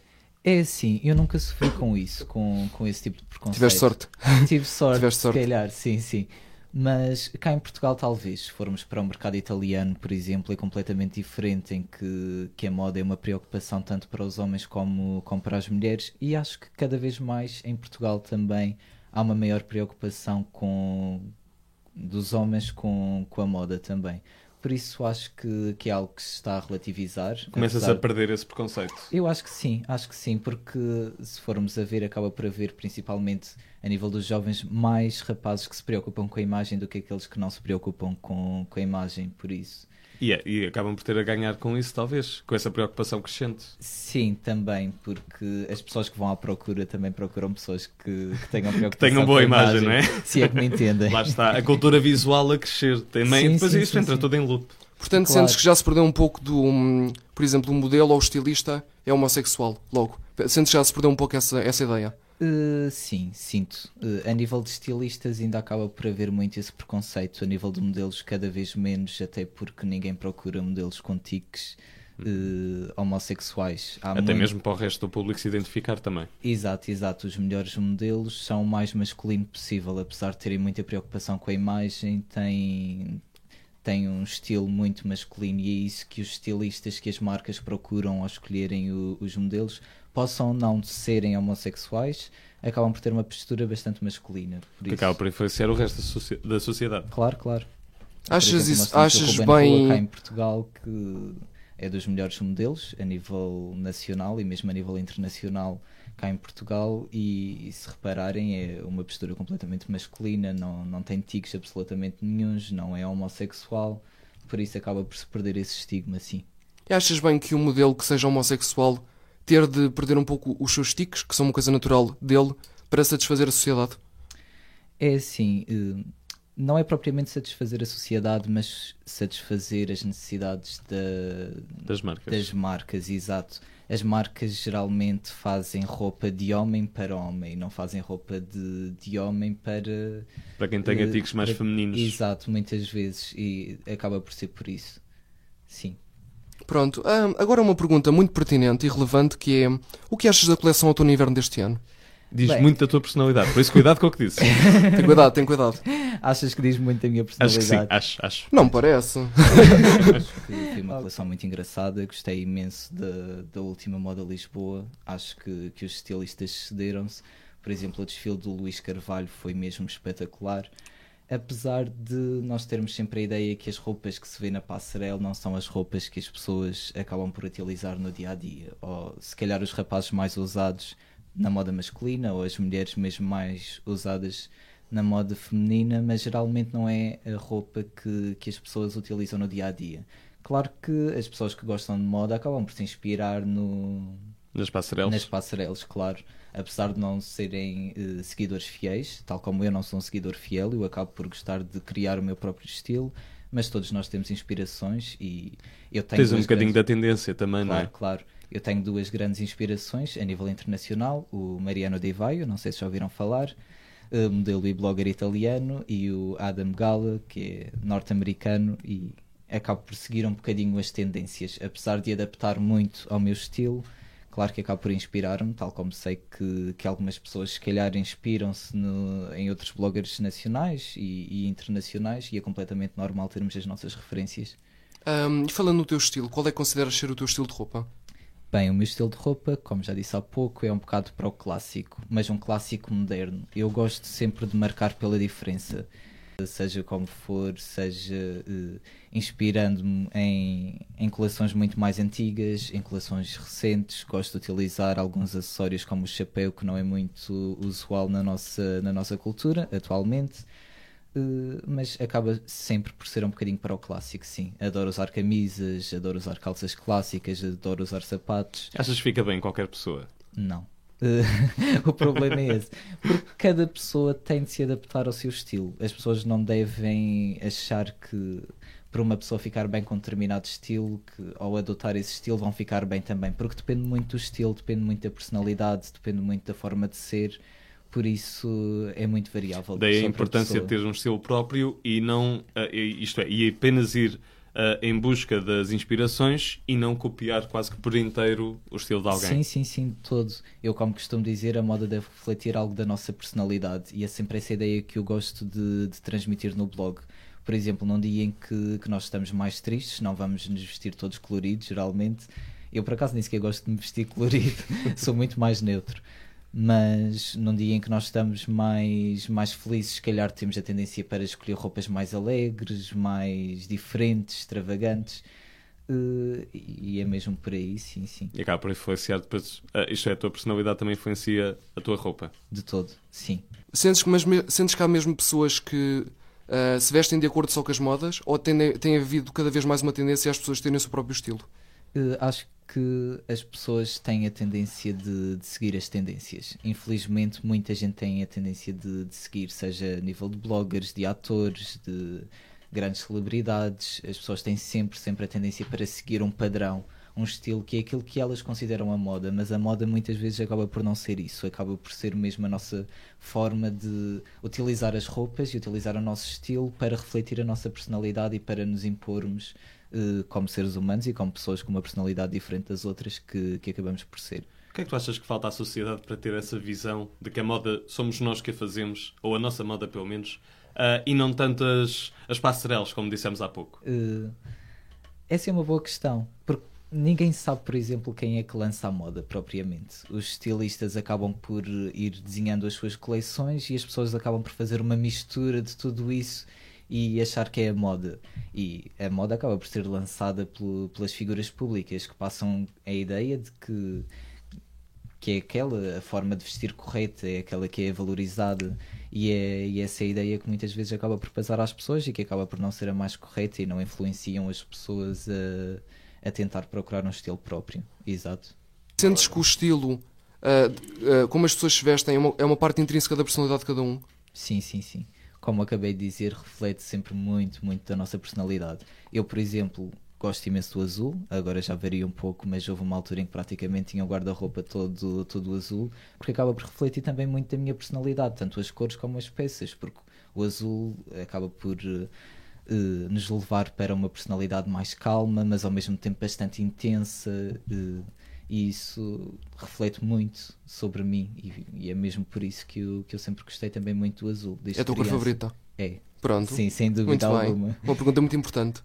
É assim, eu nunca sofri com isso, com, com esse tipo de preconceito.
Tiveste sorte.
Tive sorte,
Tiveste sorte.
se calhar, sim, sim. Mas cá em Portugal, talvez, se formos para o mercado italiano, por exemplo, é completamente diferente, em que, que a moda é uma preocupação tanto para os homens como, como para as mulheres, e acho que cada vez mais em Portugal também há uma maior preocupação com, dos homens com, com a moda também. Por isso acho que, que é algo que se está a relativizar.
Começas
apesar
a perder esse preconceito.
eu acho que sim, acho que sim, porque se formos a ver, acaba por haver, principalmente a nível dos jovens, mais rapazes que se preocupam com a imagem do que aqueles que não se preocupam com, com a imagem, por isso.
E, é- e acabam por ter a ganhar com isso, talvez, com essa preocupação crescente.
Sim, também, porque as pessoas que vão à procura também procuram pessoas que, que tenham preocupação.
tenham boa
com a
imagem, não é?
Se é que me entendem.
Lá está, a cultura visual a crescer também.
Sim,
depois
sim,
isso
sim,
entra
sim.
tudo em loop.
Portanto,
Claro.
sentes que já se perdeu um pouco do, hum, por exemplo, o modelo ou o estilista é homossexual, logo. Sentes que já se perdeu um pouco essa, essa ideia.
Uh, sim, sinto. Uh, a nível de estilistas ainda acaba por haver muito esse preconceito. A nível de modelos cada vez menos, até porque ninguém procura modelos com tiques uh, homossexuais. Há
Uhum. Até
muito-
mesmo para o resto do público se identificar também.
Exato, exato. Os melhores modelos são o mais masculino possível, apesar de terem muita preocupação com a imagem, têm, têm um estilo muito masculino e é isso que os estilistas, que as marcas procuram ao escolherem o- os modelos, possam não serem homossexuais, acabam por ter uma postura bastante masculina. Por
Que
isso.
acaba por influenciar o resto da, socie- da sociedade.
Claro, claro. Por
Achas
exemplo, nós
isso,
temos o
achas
Ruben Rua cá
bem.
em Portugal que é dos melhores modelos a nível nacional e mesmo a nível internacional cá em Portugal e, e se repararem é uma postura completamente masculina, não, não tem tiques absolutamente nenhuns, não é homossexual, por isso acaba por se perder esse estigma assim.
Achas bem que um modelo que seja homossexual ter de perder um pouco os seus tiques, que são uma coisa natural dele, para satisfazer a sociedade?
É assim, eh, não é propriamente satisfazer a sociedade, mas satisfazer as necessidades da,
Das marcas.
Das marcas, exato. As marcas geralmente fazem roupa de homem para homem, não fazem roupa de, de homem para.
Para quem tem
eh,
artigos mais
para-
femininos.
Exato, muitas vezes. E acaba por ser por isso. Sim.
Pronto, hum, agora uma pergunta muito pertinente e relevante que é o que achas da coleção outono e inverno deste ano?
Diz
Bem.
muito da tua personalidade. Por isso, cuidado com o que disse.
Tem cuidado, tem cuidado.
Achas que diz muito da minha
acho que sim,
personalidade?
acho, acho.
Não me parece.
que foi uma coleção muito engraçada, gostei imenso da, da última moda Lisboa, acho que, que os estilistas cederam-se. Por exemplo, o desfile do Luís Carvalho foi mesmo espetacular. Apesar de nós termos sempre a ideia que as roupas que se vê na passarela não são as roupas que as pessoas acabam por utilizar no dia a dia, ou se calhar os rapazes mais ousados na moda masculina, ou as mulheres mesmo mais ousadas na moda feminina, mas geralmente não é a roupa que, que as pessoas utilizam no dia a dia. Claro que as pessoas que gostam de moda acabam por se inspirar no,
Nas passarelas.
nas passarelas, claro. Apesar de não serem eh, seguidores fiéis, tal como eu não sou um seguidor fiel, eu acabo por gostar de criar o meu próprio estilo, mas todos nós temos inspirações e eu tenho.
Tens um
duas
bocadinho
grandes-
da tendência também,
Claro,
não é?
claro. Eu tenho duas grandes inspirações a nível internacional: o Mariano De Vaio, não sei se já ouviram falar, eh, modelo e blogger italiano, e o Adam Gala, que é norte-americano, e acabo por seguir um bocadinho as tendências, apesar de adaptar muito ao meu estilo. Claro que acabo por inspirar-me, tal como sei que, que algumas pessoas, se calhar, inspiram-se no- em outros bloggers nacionais e, e internacionais, e é completamente normal termos as nossas referências.
Hum, e falando no teu estilo, qual é que consideras ser o teu estilo de roupa?
Bem, o meu estilo de roupa, como já disse há pouco, é um bocado para o clássico, mas um clássico moderno. Eu gosto sempre de marcar pela diferença. seja como for, seja eh, inspirando-me em, em coleções muito mais antigas, em coleções recentes. Gosto de utilizar alguns acessórios como o chapéu, que não é muito usual na nossa, na nossa cultura atualmente. Eh, mas acaba sempre por ser um bocadinho para o clássico, sim. Adoro usar camisas, adoro usar calças clássicas, adoro usar sapatos.
Achas que fica bem qualquer pessoa?
Não. Eh, o problema é esse. Porque cada pessoa tem de se adaptar ao seu estilo. As pessoas não devem achar que para uma pessoa ficar bem com determinado estilo, que ao adotar esse estilo vão ficar bem também. Porque depende muito do estilo, depende muito da personalidade, depende muito da forma de ser. Por isso é muito variável. de
Daí a
pessoa para
importância de
pessoa.
ter um estilo próprio e não, ah, e- isto é, e apenas ir ah, em busca das inspirações e não copiar quase que por inteiro o estilo de alguém.
Sim, sim, sim, de todo. Eu, como costumo dizer, a moda deve refletir algo da nossa personalidade e é sempre essa ideia que eu gosto de, de transmitir no blog. Por exemplo, num dia em que, que nós estamos mais tristes, não vamos nos vestir todos coloridos, geralmente. Eu, por acaso, nem sequer gosto de me vestir colorido, sou muito mais neutro. Mas num dia em que nós estamos mais, mais felizes, se calhar temos a tendência para escolher roupas mais alegres, mais diferentes, extravagantes. Eh, e é mesmo por aí, sim, sim.
E acaba por influenciar depois. ah, isto é, a tua personalidade também influencia a tua roupa.
De todo, sim.
Sentes que, mas, me- sentes que há mesmo pessoas que ah, se vestem de acordo só com as modas ou tem, tem havido cada vez mais uma tendência às pessoas terem o seu próprio estilo?
Eh, acho que as pessoas têm a tendência de, de seguir as tendências. Infelizmente, muita gente tem a tendência de, de seguir, seja a nível de bloggers, de atores, de grandes celebridades. As pessoas têm sempre, sempre a tendência para seguir um padrão, um estilo que é aquilo que elas consideram a moda, mas a moda muitas vezes acaba por não ser isso, acaba por ser mesmo a nossa forma de utilizar as roupas e utilizar o nosso estilo para refletir a nossa personalidade e para nos impormos eh, como seres humanos e como pessoas com uma personalidade diferente das outras que, que acabamos por ser.
O que é que tu achas que falta à sociedade para ter essa visão de que a moda somos nós que a fazemos, ou a nossa moda pelo menos, ah, e não tantas as passarelas, como dissemos há pouco?
Eh, essa é uma boa questão, porque ninguém sabe, por exemplo, quem é que lança a moda propriamente. Os estilistas acabam por eh, ir desenhando as suas coleções e as pessoas acabam por fazer uma mistura de tudo isso e achar que é a moda. E a moda acaba por ser lançada pelo- pelas figuras públicas que passam a ideia de que que é aquela a forma de vestir correta, é aquela que é valorizada e é e essa é a ideia que muitas vezes acaba por passar às pessoas e que acaba por não ser a mais correta e não influenciam as pessoas a, a tentar procurar um estilo próprio. Exato.
Sentes que o estilo, ah, de- ah, como as pessoas se vestem, é uma, é uma parte intrínseca da personalidade de cada um?
Sim, sim, sim. Como acabei de dizer, reflete sempre muito, muito da nossa personalidade. Eu, por exemplo, gosto imenso do azul, agora já varia um pouco, mas houve uma altura em que praticamente tinha o guarda-roupa todo, todo azul, porque acaba por refletir também muito da minha personalidade, tanto as cores como as peças, porque o azul acaba por eh, eh, nos levar para uma personalidade mais calma, mas ao mesmo tempo bastante intensa. eh, e isso reflete muito sobre mim e, e é mesmo por isso que eu, que eu sempre gostei também muito do azul. desde
É a tua cor
criança.
favorita?
É,
Pronto.
sim, sem dúvida
Muito bem.
alguma.
Uma pergunta muito importante.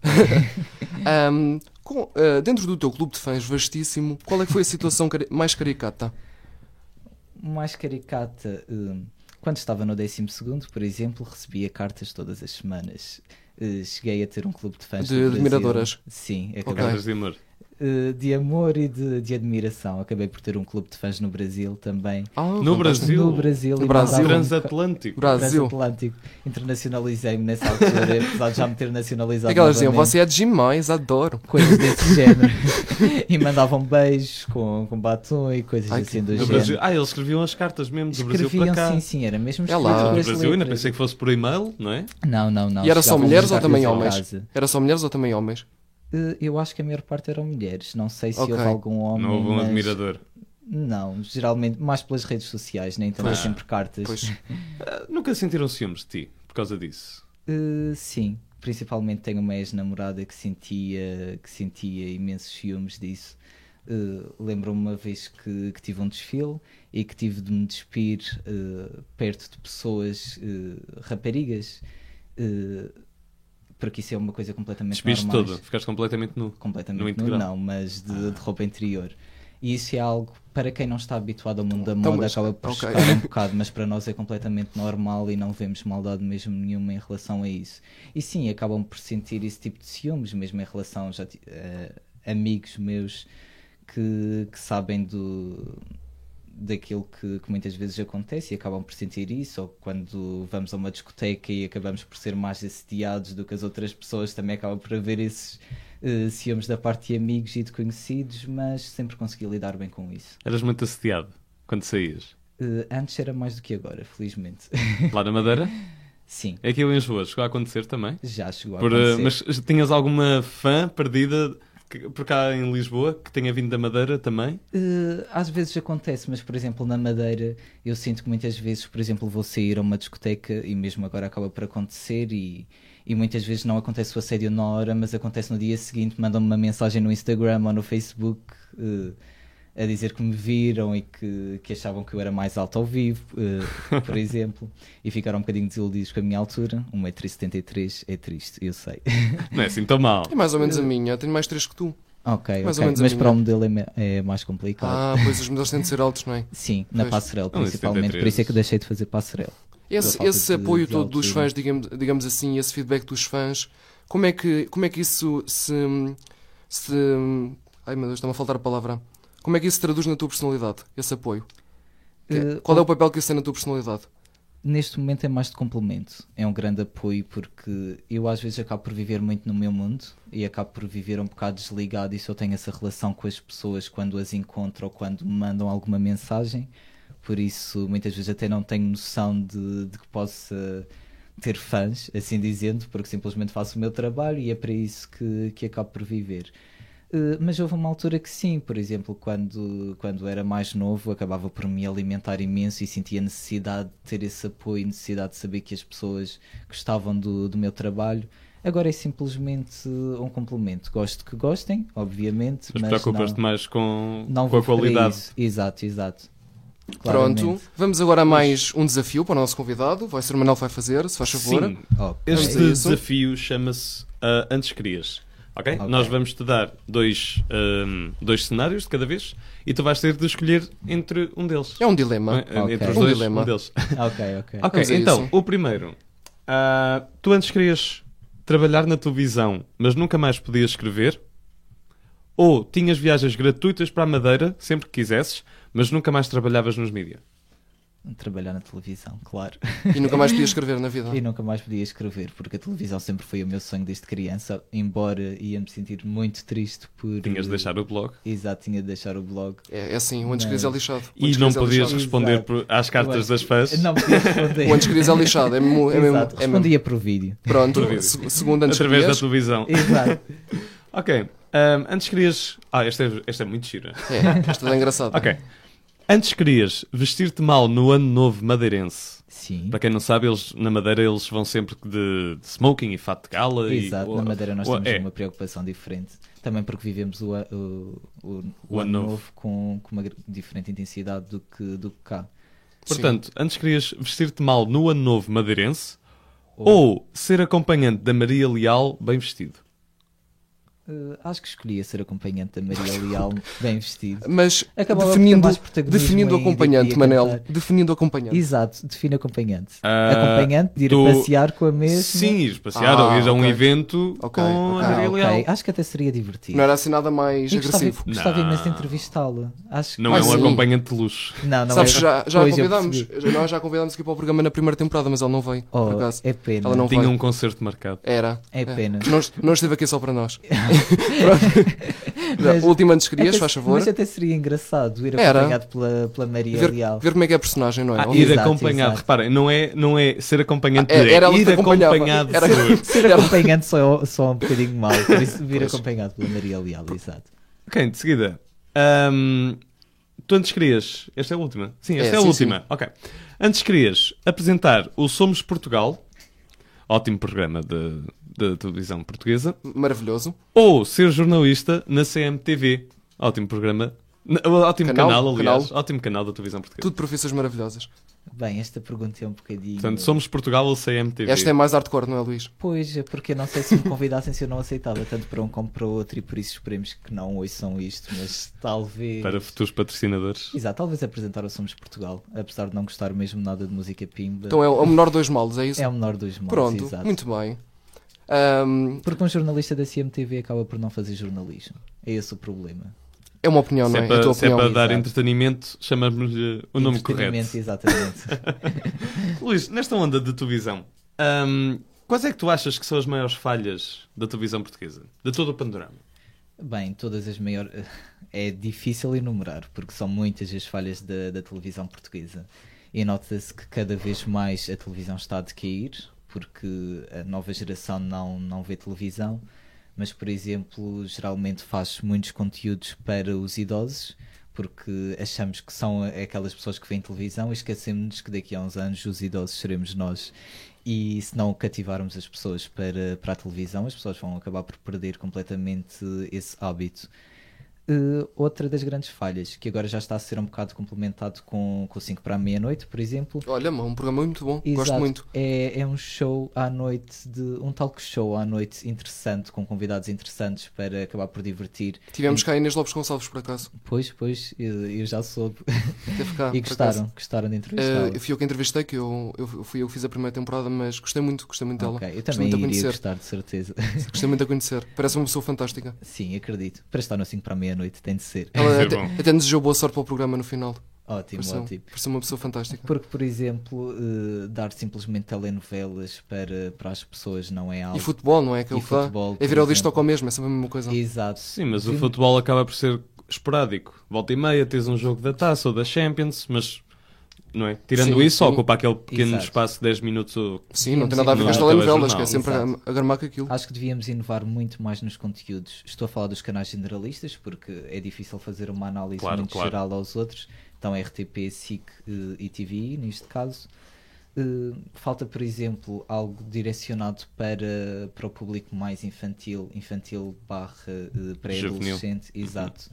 Ahm, com- ah, dentro do teu clube de fãs vastíssimo, qual é que foi a situação cari- mais caricata?
mais caricata. hum, Quando estava no 12, por exemplo, recebia cartas todas as semanas. Eh, Cheguei a ter um clube de fãs.
De
do Brasil.
admiradoras.
Sim,
Ok.
acabei.
Cartas de amor.
Eh, De amor e de, de admiração. Acabei por ter um clube de fãs no Brasil também.
Ah, fantástico.
No Brasil?
No Brasil
No
e
Brasil.
mandava um-
Transatlântico.
Brasil.
Transatlântico. Internacionalizei-me nessa altura, apesar de já me ter nacionalizado.
Aquelas diziam,
novamente.
você é demais, adoro.
Coisas desse género. e mandavam beijos com, com batom e coisas
Ai,
assim
que-
do
No
Do
género.
Brasil. Ah, eles escreviam as cartas mesmo do Brasil para
Escreviam,
cá.
sim, sim, era mesmo
É lá.
escrito
No
com as
Brasil, ainda
letras.
pensei que fosse por e-mail, não é?
Não, não, não.
E era só
chegavam
mulheres
a
ou
buscar
também
isso em
homens?
casa.
Era só mulheres ou também homens?
Eh, Eu acho que a maior parte eram mulheres. Não sei se
Ok.
houve algum homem.
não houve um
mas-
admirador.
Não, geralmente mais pelas redes sociais, nem então é
Pois.
sempre cartas.
Pois.
Ah, nunca sentiram ciúmes de ti por causa disso.
Eh, sim, principalmente tenho uma ex-namorada que sentia, que sentia imensos ciúmes disso. Eh, Lembro-me uma vez que, que tive um desfile e que tive de me despir eh, perto de pessoas, eh, raparigas, eh, porque isso é uma coisa completamente
Despiste
normais.
todo, ficaste completamente nu.
completamente
No
nu,
integral.
não, mas de, de roupa interior. E isso é algo para quem não está habituado ao mundo da
Então,
moda,
mas-
acaba por
ok.
chocar um bocado, mas para nós é completamente normal e não vemos maldade mesmo nenhuma em relação a isso. E sim, acabam por sentir esse tipo de ciúmes, mesmo em relação já ti- a amigos meus que, que sabem do daquilo que, que muitas vezes acontece e acabam por sentir isso, ou quando vamos a uma discoteca e acabamos por ser mais assediados do que as outras pessoas, também acaba por haver esses eh, ciúmes da parte de amigos e de conhecidos, mas sempre consegui lidar bem com isso.
Eras muito assediado quando saías.
Eh, antes era mais do que agora, felizmente.
Lá na Madeira?
Sim,
É aquilo em Joas, chegou a acontecer também.
já chegou a
Por, eh,
acontecer.
mas tinhas alguma fã perdida que- por cá em Lisboa que tenha vindo da Madeira também?
Eh, às vezes acontece, mas por exemplo na Madeira eu sinto que muitas vezes, por exemplo, vou sair a uma discoteca e mesmo agora acaba por acontecer e, e muitas vezes não acontece o assédio na hora, mas acontece no dia seguinte, mandam-me uma mensagem no Instagram ou no Facebook eh, a dizer que me viram e que, que achavam que eu era mais alto ao vivo, eh, por exemplo, e ficaram um bocadinho desiludidos com a minha altura, 1,73m é triste, eu sei.
Não é assim tão mal.
É mais ou menos a minha, tenho mais três que tu.
ok,
Mais ou
ok,
menos a
mas
minha.
para o modelo é, me- é mais complicado.
Ah, pois os modelos têm de ser altos, não é?
Sim, na
Pois.
passarela
Não, em
principalmente.
73.
Por isso é que eu deixei de fazer passarela.
Esse,
falta
esse
de-
apoio
de
todo dos
altura.
fãs, digamos, digamos assim, esse feedback dos fãs, como é que, como é que isso se, se. Ai meu Deus, está-me a faltar a palavra. Como é que isso se traduz na tua personalidade, esse apoio? Que-
Eh,
Qual é o papel que isso tem na tua personalidade?
Neste momento é mais de complemento. É um grande apoio porque eu às vezes acabo por viver muito no meu mundo e acabo por viver um bocado desligado e só tenho essa relação com as pessoas quando as encontro ou quando me mandam alguma mensagem. Por isso muitas vezes até não tenho noção de, de que possa ter fãs, assim dizendo, porque simplesmente faço o meu trabalho e é para isso que, que acabo por viver. Uh, mas houve uma altura que sim, por exemplo, quando, quando era mais novo, acabava por me alimentar imenso e sentia necessidade de ter esse apoio, necessidade de saber que as pessoas gostavam do, do meu trabalho. Agora é simplesmente uh, um complemento. Gosto que gostem, obviamente,
Mas,
mas,
preocupas-te
não,
mais com,
não
com
vou
a
para
qualidade.
isso. Exato, exato.
Pronto,
Claramente.
vamos agora a mais um desafio para o nosso convidado. Vai ser o Manuel que vai fazer, se faz favor.
Sim,
Ok.
este
Vamos a isso.
desafio chama-se ah, Antes Querias. Ok?
Ok.
Nós vamos te dar dois, ahm, dois cenários de cada vez e tu vais ter de escolher entre um deles.
É um dilema.
Ah,
Ok.
Entre os
Um
dois,
dilema.
um deles.
ok, ok.
Ok,
Vamos a
então,
isso.
o primeiro. Ah, tu antes querias trabalhar na televisão, mas nunca mais podias escrever? Ou tinhas viagens gratuitas para a Madeira, sempre que quisesses, mas nunca mais trabalhavas nos mídia?
Trabalhar na televisão, claro.
E nunca mais podia escrever na vida.
E nunca mais podia escrever, porque a televisão sempre foi o meu sonho desde criança, embora ia-me sentir muito triste por. eh,
Tinhas de deixar o blog
Exato, tinha de deixar o blog.
É, é assim, o antes querias é lixado. O
e
antes
não
querias é
podias
lixado.
responder
Exato.
por- às cartas
Eu
das
acho que-
fãs
Não podia responder.
O antes querias é lixado, é mesmo. É mesmo,
Exato,
é mesmo.
respondia para o vídeo.
Pronto, se- segundo antes
através da
querias.
televisão.
Exato.
Ok, ahm, antes querias. Ah, esta é, esta é muito gira.
É, isto é engraçado.
Ok. Antes querias vestir-te mal no ano novo madeirense
Sim.
Para quem não sabe, eles, na Madeira eles vão sempre de, de smoking e fato de gala.
Exato,
e,
na Madeira nós
ou-
temos
é,
uma preocupação diferente. Também porque vivemos o, a- o, o- o
O ano
ano
novo.
novo, com, com uma gr- diferente intensidade do que, do que cá.
Sim.
Portanto, antes querias vestir-te mal no ano novo madeirense
Ou-
ou ser acompanhante da Maria Leal bem vestido.
Eh, acho que escolhia ser acompanhante da Maria Leal, bem vestido.
Mas
Acabava por ter
definindo,
mais protagonismo
definindo o
em- e
acompanhante,
a
Manel.
cantar.
Definindo o acompanhante.
Exato, define acompanhante.
Ah,
acompanhante de ir
do-
a passear com a mesma.
Sim, ir passear
Ah,
ou ir a um
ok.
evento
Ok,
com
ok.
a
Ah,
Maria
ok.
Leal.
Acho que até seria divertido.
Não era assim nada mais
E gostava,
agressivo.
gostava
Não.
imenso de entrevistá-la. Acho que
Não é
Ah,
um
sim.
acompanhante de luxo.
Não, não
Sabes,
é.
já, já a
Pois, eu
convidámos.
percebi.
já- Nós já a convidámos aqui para o programa na primeira temporada, mas ele não veio.
Oh,
por acaso.
é pena.
Ela não
Tinha
vai.
um concerto marcado.
Era.
É pena.
Não, est- não esteve aqui só para nós. Pronto.
Mas-
Último antes querias,
Até-
faz favor.
Mas é até seria engraçado ir
Era.
acompanhado pela, pela Maria
Ver,
Leal.
ver como é que é a personagem, não é?
Ah,
Ou-
ir
Exato,
acompanhado,
exato.
reparem, não é, não é ser acompanhante
Ah, é-
de
era ela que
ir
acompanhava.
acompanhado
Era-
de-
Ser
Era-
acompanhante só, só um bocadinho mal. Por isso, vir
Pois.
acompanhado pela Maria Leal, exato.
Ok, de seguida. Ahm, tu antes querias. Esta é a última. Sim, esta
É,
é, a
sim,
última. Ok. Antes querias apresentar o Somos Portugal, ótimo programa de, de televisão portuguesa,
Maravilhoso.
ou ser jornalista na CMTV, ótimo programa N- Ótimo
Canal,
canal, aliás. Ótimo canal da televisão portuguesa.
Tudo profissões maravilhosas.
Bem, esta pergunta é um bocadinho.
Portanto, somos Portugal ou CMTV?
Esta é mais hardcore, não é, Luís?
Pois, é porque eu não sei se me convidassem se eu não aceitava, tanto para um como para o outro, e por isso esperemos que não ouçam isto, mas talvez.
Para futuros patrocinadores.
Exato, talvez apresentar o Somos Portugal, apesar de não gostar mesmo nada de música pimba.
Então é o menor dos males, é isso?
é o menor dos males,
Pronto,
exato.
muito bem. Ahm,
Porque um jornalista da CMTV acaba por não fazer jornalismo. É esse o problema.
é uma opinião,
Se
não
é
é? É a tua
para, se é
opinião.
para dar
exato.
entretenimento, chamamos-lhe o nome correto.
Entretenimento, Exatamente.
Luís, nesta onda de televisão, hum, quais é que tu achas que são as maiores falhas da televisão portuguesa? De todo o panorama?
Bem, todas as maiores. É difícil enumerar, porque são muitas as falhas da, da televisão portuguesa. E nota-se que cada vez mais a televisão está a decair, porque a nova geração não, não vê televisão, mas, por exemplo, geralmente faz muitos conteúdos para os idosos, porque achamos que são aquelas pessoas que veem televisão e esquecemos que daqui a uns anos os idosos seremos nós. E se não cativarmos as pessoas para, para a televisão, as pessoas vão acabar por perder completamente esse hábito. Eh, outra das grandes falhas, que agora já está a ser um bocado complementado com, com o 5 para a meia-noite, por exemplo,
Olha, mão, um programa muito bom. Gosto
Exato.
muito.
É, é um show à noite, de um talk show à noite interessante, com convidados interessantes para acabar por divertir.
Tivemos cá a Inês Lopes Gonçalves, por acaso.
Pois, pois, eu, eu já soube.
Teve cá,
e
Ah, por acaso.
gostaram, gostaram de
Eh,
entrevistá-la.
fui eu que entrevistei, que eu, eu fui eu que fiz a primeira temporada, mas gostei muito, gostei muito dela.
Ok, eu
gostei
também
muito a
iria
conhecer.
gostar, de certeza.
Gostei muito a conhecer. Parece uma pessoa fantástica.
Sim, acredito. Para estar no 5 para a meia-noite tem de ser.
Ela é
ser
até,
É bom.
até nos desejou boa sorte para o programa no final.
Ótimo,
Pareceu,
ótimo.
pareceu uma pessoa fantástica.
Porque, por exemplo, eh, dar simplesmente telenovelas para, para as pessoas não é algo.
E futebol, não é? Que
E
ele fala.
futebol,
É
por
virar o disco
exemplo.
ao mesmo, é sempre a mesma coisa.
Exato.
Sim, mas o futebol acaba por ser esporádico. Volta e meia, tens um jogo da taça ou da Champions, mas. Não é? Tirando
Sim,
isso, só
sim.
ocupa aquele pequeno
Exato.
espaço de 10 minutos. ou-
Sim, não tem nada a ver com as
Não,
telenovelas, que é
telejornal.
sempre
Exato.
a, a gramar com aquilo.
Acho que devíamos inovar muito mais nos conteúdos. Estou a falar dos canais generalistas, porque é difícil fazer uma análise
Claro,
muito
claro.
geral aos outros. Então, RTP, SIC eh, e TVI, neste caso. Eh, falta, por exemplo, algo direcionado para, para o público mais infantil, infantil barra eh, pré-adolescente,
Uhum.
exato.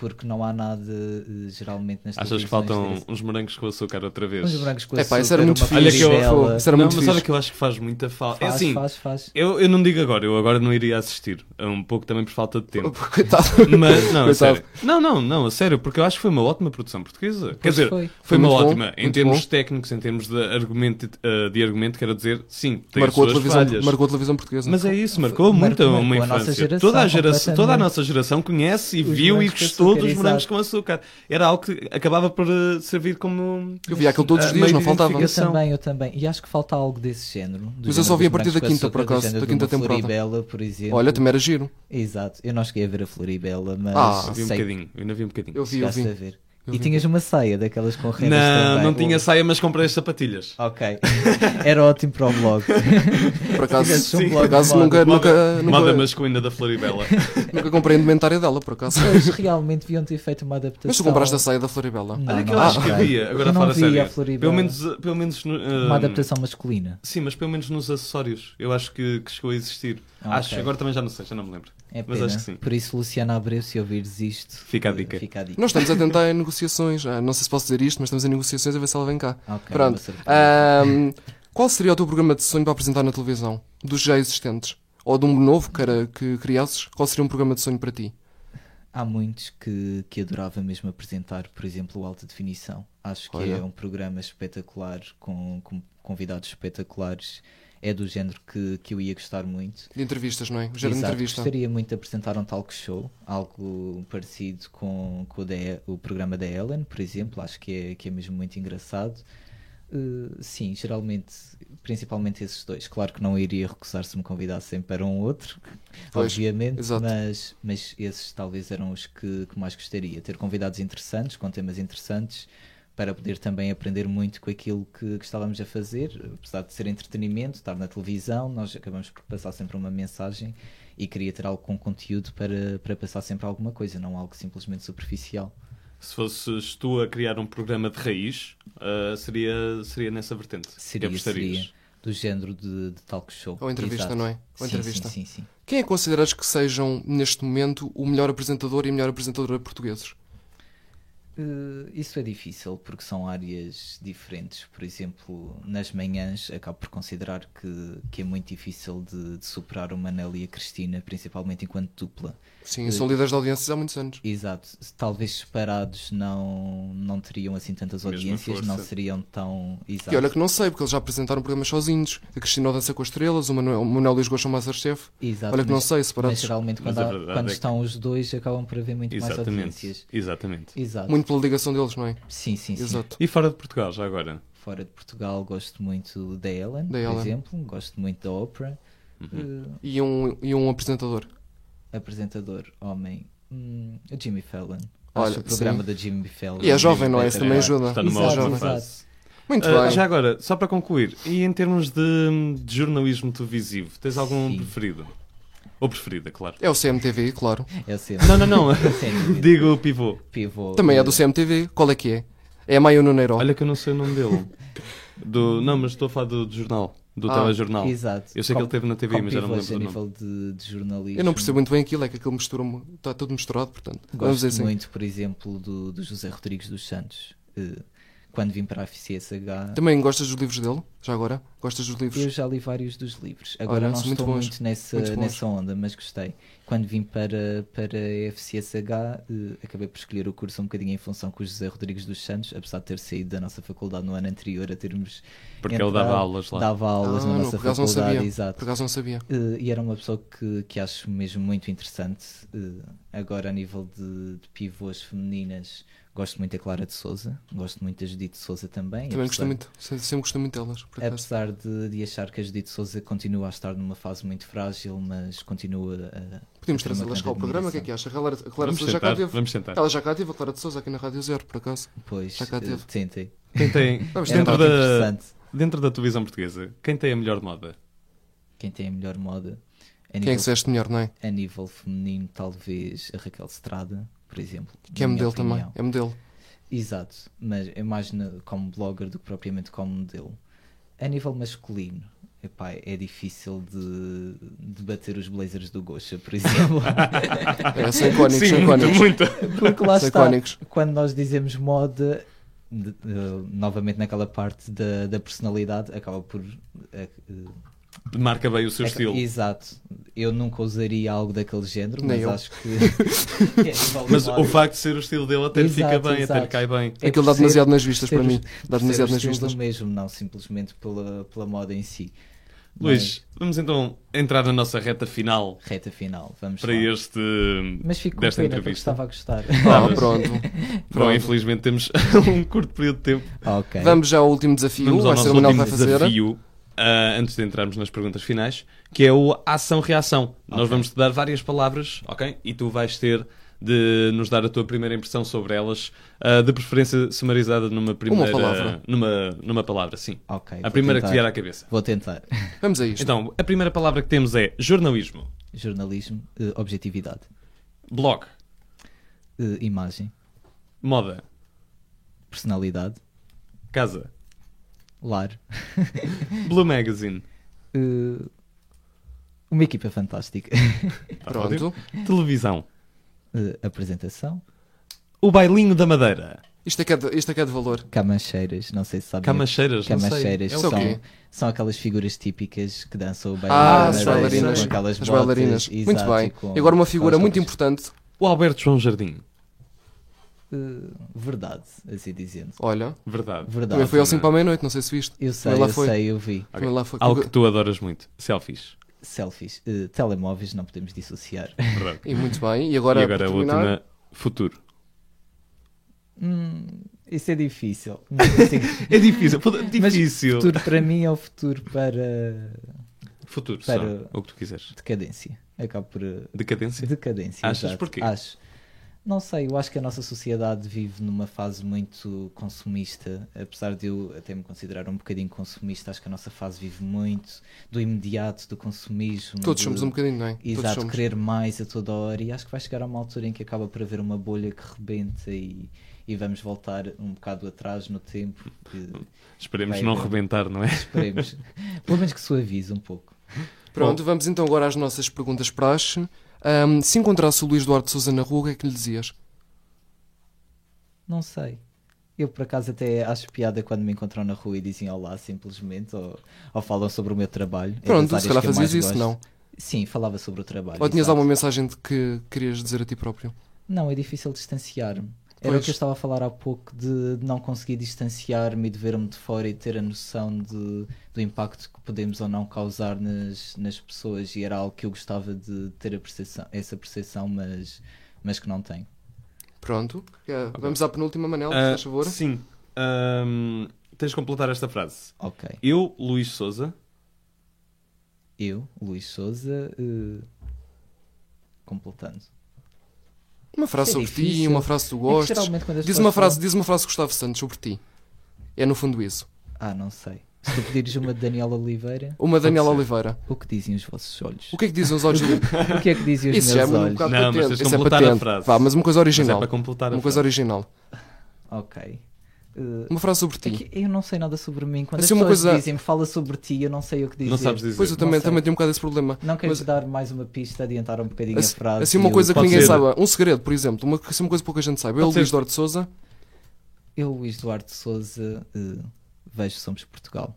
Porque não há nada eh, geralmente nas
Achas
televisões
que faltam
direc-
uns morangos com açúcar outra vez?
uns brancos com
É pá, isso
açúcar,
era muito
uma
fixe.
Olha que eu-
frigideira.
Isso era
não,
muito
mas olha
fixe.
que eu acho que faz muita falta.
Faz,
é assim,
faz, faz.
Eu, eu não digo agora, eu agora não iria assistir. É Um pouco também por falta de tempo.
Coitado.
Mas, Ah, não, a
Coitado.
sério. Não, não, não, a sério, porque eu acho que foi uma ótima produção portuguesa. Quer dizer,
foi.
foi,
Foi
uma
muito bom,
ótima em
muito
termos
bom.
técnicos, em termos de argumento, eh, de argumento quero dizer, sim, tem
Marcou a,
as suas
televisão,
falhas.
marcou a televisão portuguesa.
Mas é isso, marcou
Marcou-
muito uma
marcou a nossa
infância.
geração
toda, a geração toda a
completamente.
nossa geração conhece e
Os
viu e
morangos com
gostou
açúcar,
dos morangos
exato.
com açúcar. Era algo que acabava por eh, servir como.
Eu via aquilo todos os
Ah,
dias,
meio
não
de
faltava.
Eu
São-
também, eu também. E acho que falta algo desse género. do
Mas eu só
género
vi a
dos
partir da
brancos com
quinta,
açúcar,
por acaso,
do género
da
de
quinta
uma
temporada.
Floribela, por exemplo.
Olha, também era giro.
Exato. Eu não cheguei a ver a Floribela, mas
Ah,
Vi um
sei que
bocadinho, eu ainda vi um bocadinho.
Eu vi, eu
chegaste a
vi.
ver.
Eu
E
vi.
tinhas uma saia daquelas com rendas
Não,
também.
não tinha saia, mas comprei as sapatilhas.
Ok. Era ótimo para o blog.
Por acaso,
Fizeste um
por
blog
acaso
de
nunca,
moda.
nunca,
Moda, moda
nunca,
masculina da Floribela.
nunca comprei a indumentária dela, por acaso.
Eles realmente deviam ter feito uma adaptação.
Mas tu compraste a saia da Floribela.
Não,
Olha que eu
não
acho que
comprei.
havia,
Eu
agora
não
fala
vi
sério.
a Floribela.
Pelo menos, pelo menos no, ah,
Uma adaptação masculina.
Sim, mas pelo menos nos acessórios. Eu acho que, que chegou a existir.
Ah,
Acho,
ok.
agora também já não sei, já não me lembro.
É
mas
pena.
acho que sim.
Por isso, Luciana Abreu, se ouvires isto,
Fica a dica.
Fica a dica.
Nós estamos a tentar em negociações. Ah, não sei se posso dizer isto, mas estamos em negociações a ver se ela vem cá.
Ok, uma
Pronto.
surpresa.
Ahm, qual seria o teu programa de sonho para apresentar na televisão? Dos já existentes? Ou de um novo que, era, que criasses? Qual seria um programa de sonho para ti?
Há muitos que, que adorava mesmo apresentar, por exemplo, o Alta Definição. Acho que é
Olha.
um programa espetacular, com, com convidados espetaculares. É do género que, que eu ia gostar muito.
De entrevistas, não é? O género de
Exato,
entrevista.
Gostaria muito de apresentar um talk show, algo parecido com, com o, da E- o programa da Ellen, por exemplo. Acho que é, que é mesmo muito engraçado. Uh, sim, geralmente, principalmente esses dois. Claro que não iria recusar se me convidassem para um outro,
Pois,
obviamente,
exato.
mas, mas esses talvez eram os que, que mais gostaria. Ter convidados interessantes, com temas interessantes, para poder também aprender muito com aquilo que, que estávamos a fazer, apesar de ser entretenimento, estar na televisão, nós acabamos por passar sempre uma mensagem e queria ter algo com conteúdo para, para passar sempre alguma coisa, não algo simplesmente superficial.
Se fosses tu a criar um programa de raiz, ah, seria, seria nessa vertente.
Seria,
Que apostarias?
seria do género de, de talk show.
Ou entrevista,
Exato.
não é? Ou
Sim,
entrevista.
Sim, sim, sim.
Quem é que consideras que sejam, neste momento, o melhor apresentador e a melhor apresentadora portugueses?
Eh, Isso é difícil porque são áreas diferentes. Por exemplo, nas manhãs acabo por considerar que, que é muito difícil de, de superar o Manel e a Cristina, principalmente enquanto dupla.
Sim,
Eh,
são líderes de audiências há muitos anos.
Exato. Talvez separados não, não teriam assim tantas
Mesma
audiências, não
força.
seriam tão. Exato.
E olha que não sei, porque eles já apresentaram programas sozinhos. A Cristina Dança com as Estrelas, o Manuel, o Manuel e os Gosto são Masterchef.
Exato,
Olha que não
mas-
sei,
Mas
separados.
geralmente
Mas
quando,
a
há-
verdade
quando
é que-
estão os dois acabam por haver muito mais
Exatamente.
audiências.
Exatamente.
Exato.
Muito pela ligação deles, não é?
Sim, sim, sim.
Exato.
E fora de Portugal, já agora?
Fora de Portugal gosto muito da Ellen,
Da
por
Ellen.
exemplo. Gosto muito da Oprah.
Uhum.
Eh,
E um, e um apresentador.
apresentador homem, hum, o Jimmy Fallon.
Olha,
Acho o programa
sim.
do Jimmy Fallon.
E é jovem, não é? Isso
espetacular.
também ajuda.
Está numa
Exato,
ótima
exato.
fase.
Muito
Ah,
bem.
já agora, só para concluir, e em termos de, de jornalismo televisivo, tens algum
Sim.
preferido? Ou preferida, claro.
É o CMTV, claro.
É sempre.
Não, não, não.
Sério,
Digo o pivô.
é pivô.
Também é do CMTV. Qual é que é? É a Maio Nuneiro.
Olha que eu não sei o nome dele. Do, não, mas estou a falar do, do jornal, do
Ah,
telejornal.
Exato.
Eu sei que ele teve na TV,
como
mas já não me
pivôs
lembro do
a
nome.
nível de, de jornalismo.
Eu não percebo muito bem aquilo, é que aquilo mistura está tudo misturado, portanto. vamos
Gosto
dizer assim.
muito, por exemplo, do, do José Rodrigues dos Santos. Eh, Quando vim para a FCSH,
Também gostas dos livros dele? Já agora? Gostas dos livros?
eu já li vários dos livros. Agora
Olha,
não
são muito
estou
bons.
muito nessa,
Muito bons.
nessa onda, mas gostei. Quando vim para, para a FCSH, eh, acabei por escolher o curso um bocadinho em função com o José Rodrigues dos Santos, apesar de ter saído da nossa faculdade no ano anterior a termos.
Porque ele dava aulas lá.
Dava aulas
Ah,
na
não,
nossa
por acaso não
faculdade,
sabia. Por
exato.
acaso não sabia.
Eh, e era uma pessoa que, que acho mesmo muito interessante. Eh, agora, a nível de, de pivôs femininas, gosto muito da Clara de Souza, gosto muito da Judite de Souza também.
Também gostei
apesar-
muito. se- Sempre gostei muito delas, por acaso.
Apesar de, de achar que a Judite Souza continua a estar numa fase muito frágil, mas continua ah, a.
Podíamos
a ter uma
trazê-las
grande
cá ao programa, o que é que acha? A Clara, a Clara
Vamos
Souza já cá
tentar,
teve.
vamos tentar.
Ela já cá teve, a Clara de Souza, aqui na Rádio Zero, por acaso.
Pois,
Já cá
eh,
teve.
tentem.
Quem tem,
Vamos
É muito
dentro,
tentar.
da,
interessante.
dentro da televisão portuguesa, quem tem a melhor moda?
Quem tem a melhor moda.
Quem
A
é
nível,
que se veste melhor, não é?
a nível feminino, talvez a Raquel Estrada, por exemplo.
Que é
na minha
modelo também.
opinião.
É modelo.
Exato, mas é mais na- como blogger do que propriamente como modelo. A nível masculino, epá, é difícil de, de bater os blazers do Gosha, por exemplo.
É, são icónicos, são
Sim, muito,
icónicos.
muito.
Porque lá
São
está,
icónicos.
quando nós dizemos moda, de- eh, novamente naquela parte da, da personalidade, acaba por. eh, eh,
Marca bem o seu
é-
estilo.
Exato. Eu nunca usaria algo daquele género,
Nem
mas
eu.
acho que. que é nível de
Mas
moda.
o facto de ser o estilo dele até lhe fica
Exato,
bem, até lhe
exato.
cai bem.
É
Aquilo
por
dá
ser-
demasiado nas vistas
por
para
ser
mim. Dá
os- por ser
demasiado
os
nas
estilos
vistas.
do mesmo, não simplesmente pela, pela moda em si.
Luís, vamos então entrar na nossa reta final
Mas, reta final, vamos
para
lá.
este.
Mas fico com pena,
desta
porque
entrevista.
estava a gostar.
Ah,
mas-
pronto.
Bom,
Pronto.
infelizmente temos um curto período de tempo.
ok.
Vamos já ao último desafio.
Vamos
Vai
ao
ser
nosso
o Manuel que
último
vai fazer.
desafio, ah, antes de entrarmos nas perguntas finais, que é o ação-reação. Nós vamos te dar várias palavras, ok? E tu vais ter de nos dar a tua primeira impressão sobre elas, ah, de preferência sumarizada numa primeira...
palavra.
Numa, numa palavra, sim.
Ok,
A
vou
primeira que
tentar.
te vier à cabeça.
Vou tentar.
Vamos a isto.
Então, a primeira palavra que temos é jornalismo,
Jornalismo, eh, objetividade,
blog,
eh, imagem,
moda,
personalidade,
casa,
lar.
Blue Magazine,
Eh, uma equipa fantástica.
Tá
Pronto.
ótimo. televisão,
Eh, apresentação,
o bailinho da madeira,
Isto é que é de- isto é que é de valor.
camancheiras, não sei se sabem.
camacheiras, não sei.
Camacheiras
É o
Isso
são,
quê?
são aquelas figuras típicas que dançam bem
Ah,
as
as
bailarinas.
bailarinas.
com aquelas
As
botas,
bailarinas. Muito
exato,
bem.
com-
E agora uma
com
figura
as
muito
botas.
importante.
O Alberto João Jardim,
Eh, verdade, assim dizendo.
Olha.
verdade.
Verdade.
Também foi ao
não.
5 para a meia-noite, não sei se viste.
Eu sei,
Também lá
eu
foi.
sei, eu vi.
Também lá foi.
Algo que tu adoras muito, selfies.
Selfies, eh, telemóveis, não podemos dissociar.
Verdade.
E muito bem. E agora,
e agora
para
a
terminar,
última, futuro.
Hum, isso é difícil. Não consigo.
É difícil, pô,
Mas
difícil.
futuro para mim é o futuro para
futuro,
Espera.
só, o que tu quiseres.
decadência. Acabo por eh,
Decadência?
decadência.
Achas
exato.
porquê?
Acho. Não sei, eu acho que a nossa sociedade vive numa fase muito consumista, apesar de eu até me considerar um bocadinho consumista, acho que a nossa fase vive muito do imediato, do consumismo.
todos
do-
somos um bocadinho, não é? todos
Exato,
somos.
querer mais a toda hora e acho que vai chegar a uma altura em que acaba por haver uma bolha que rebenta e, e vamos voltar um bocado atrás no tempo. e
Esperemos
Vai
não
haver.
rebentar, não é?
esperemos. Pelo menos que suavize um pouco.
Pronto, vamos então agora às nossas perguntas praxe. Ahm, se encontrasse o Luís Duarte Souza na rua, o que é que lhe dizias?
Não sei. Eu por acaso até acho piada quando me encontram na rua e dizem olá simplesmente ou, ou falam sobre o meu trabalho. É das
Pronto,
áreas
se calhar
que eu
fazias
mais
isso,
gosto.
não.
Sim, falava sobre o trabalho.
Ou tinhas
exato.
alguma mensagem de que querias dizer a ti próprio?
Não, é difícil distanciar-me. Era
Pois.
o que eu estava a falar há pouco de, de não conseguir distanciar-me e de ver-me de fora e ter a noção de, do impacto que podemos ou não causar nas, nas pessoas e era algo que eu gostava de ter a percepção, essa percepção, mas, mas que não tenho.
Pronto. É, Vamos à penúltima, Manel, se
Ah,
faz favor.
Sim. Ahm, tens de completar esta frase.
Ok.
Eu, Luís Souza,
Eu, Luís Souza, eh, completando.
Uma frase
Isso é
sobre ti,
difícil.
uma frase que tu
É que
gostes.
geralmente quando as
diz,
pessoas
uma frase,
falam-
diz uma frase de Gustavo Santos sobre ti. É no fundo isso.
Ah, não sei. Se tu pedires uma de Daniela Oliveira,
Uma Daniela
ser.
Oliveira.
o que dizem os vossos olhos?
O que é que dizem os olhos do
O que é que dizem os
Isso já é
meus
um
olhos?
bocado
Não, mas
patente.
tens de
Isso é
completar a
patente.
frase.
Vá, mas uma coisa
mas é
original.
para completar
uma
a frase.
coisa original.
Ok. Eh,
Uma frase sobre
É
ti.
que eu não sei nada sobre mim. Quando
Assim,
as
uma
pessoas
coisa-
dizem fala sobre ti, eu não sei o que dizer.
Não sabes dizer.
Pois eu
Não
também,
sei.
também tenho um bocado esse problema.
Não queres
Mas-
dar mais uma pista, adiantar um bocadinho
Assim,
a frase.
assim, uma
Eu-
coisa que
Pode
ninguém
ser.
saiba, um segredo, por exemplo, uma, assim, uma coisa que pouca gente saiba. Eu,
Pode ser.
Luís Dor de Souza,
Eu, Luís Duarte Souza, eh, vejo Somos Portugal.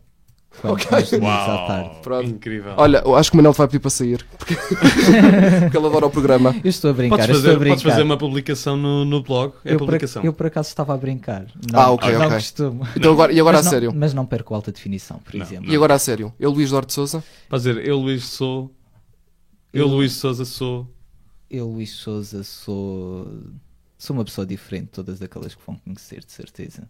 Quando
Ok.
nós domingos à tarde.
Uau,
Pronto.
Ah.
incrível.
olha, eu acho que o Manel te vai pedir para sair porque, porque ele adora o programa.
Eu estou a brincar,
podes,
eu estou a
fazer,
brincar.
podes fazer uma publicação no, no blog. É
eu, por,
publicação.
ac- eu por acaso estava a brincar. Não,
Ah, ok,
não
ok.
costumo.
Então agora, e agora
mas
a
não,
sério?
Mas não perco alta definição, por
Não,
exemplo.
E agora a sério? Eu, Luís Dor de Souza,
Podes dizer, eu, Luís, sou. Eu,
Eu-
Luís Souza, sou.
Eu, Luís Souza, sou. Sou uma pessoa diferente de todas aquelas que vão conhecer, de certeza.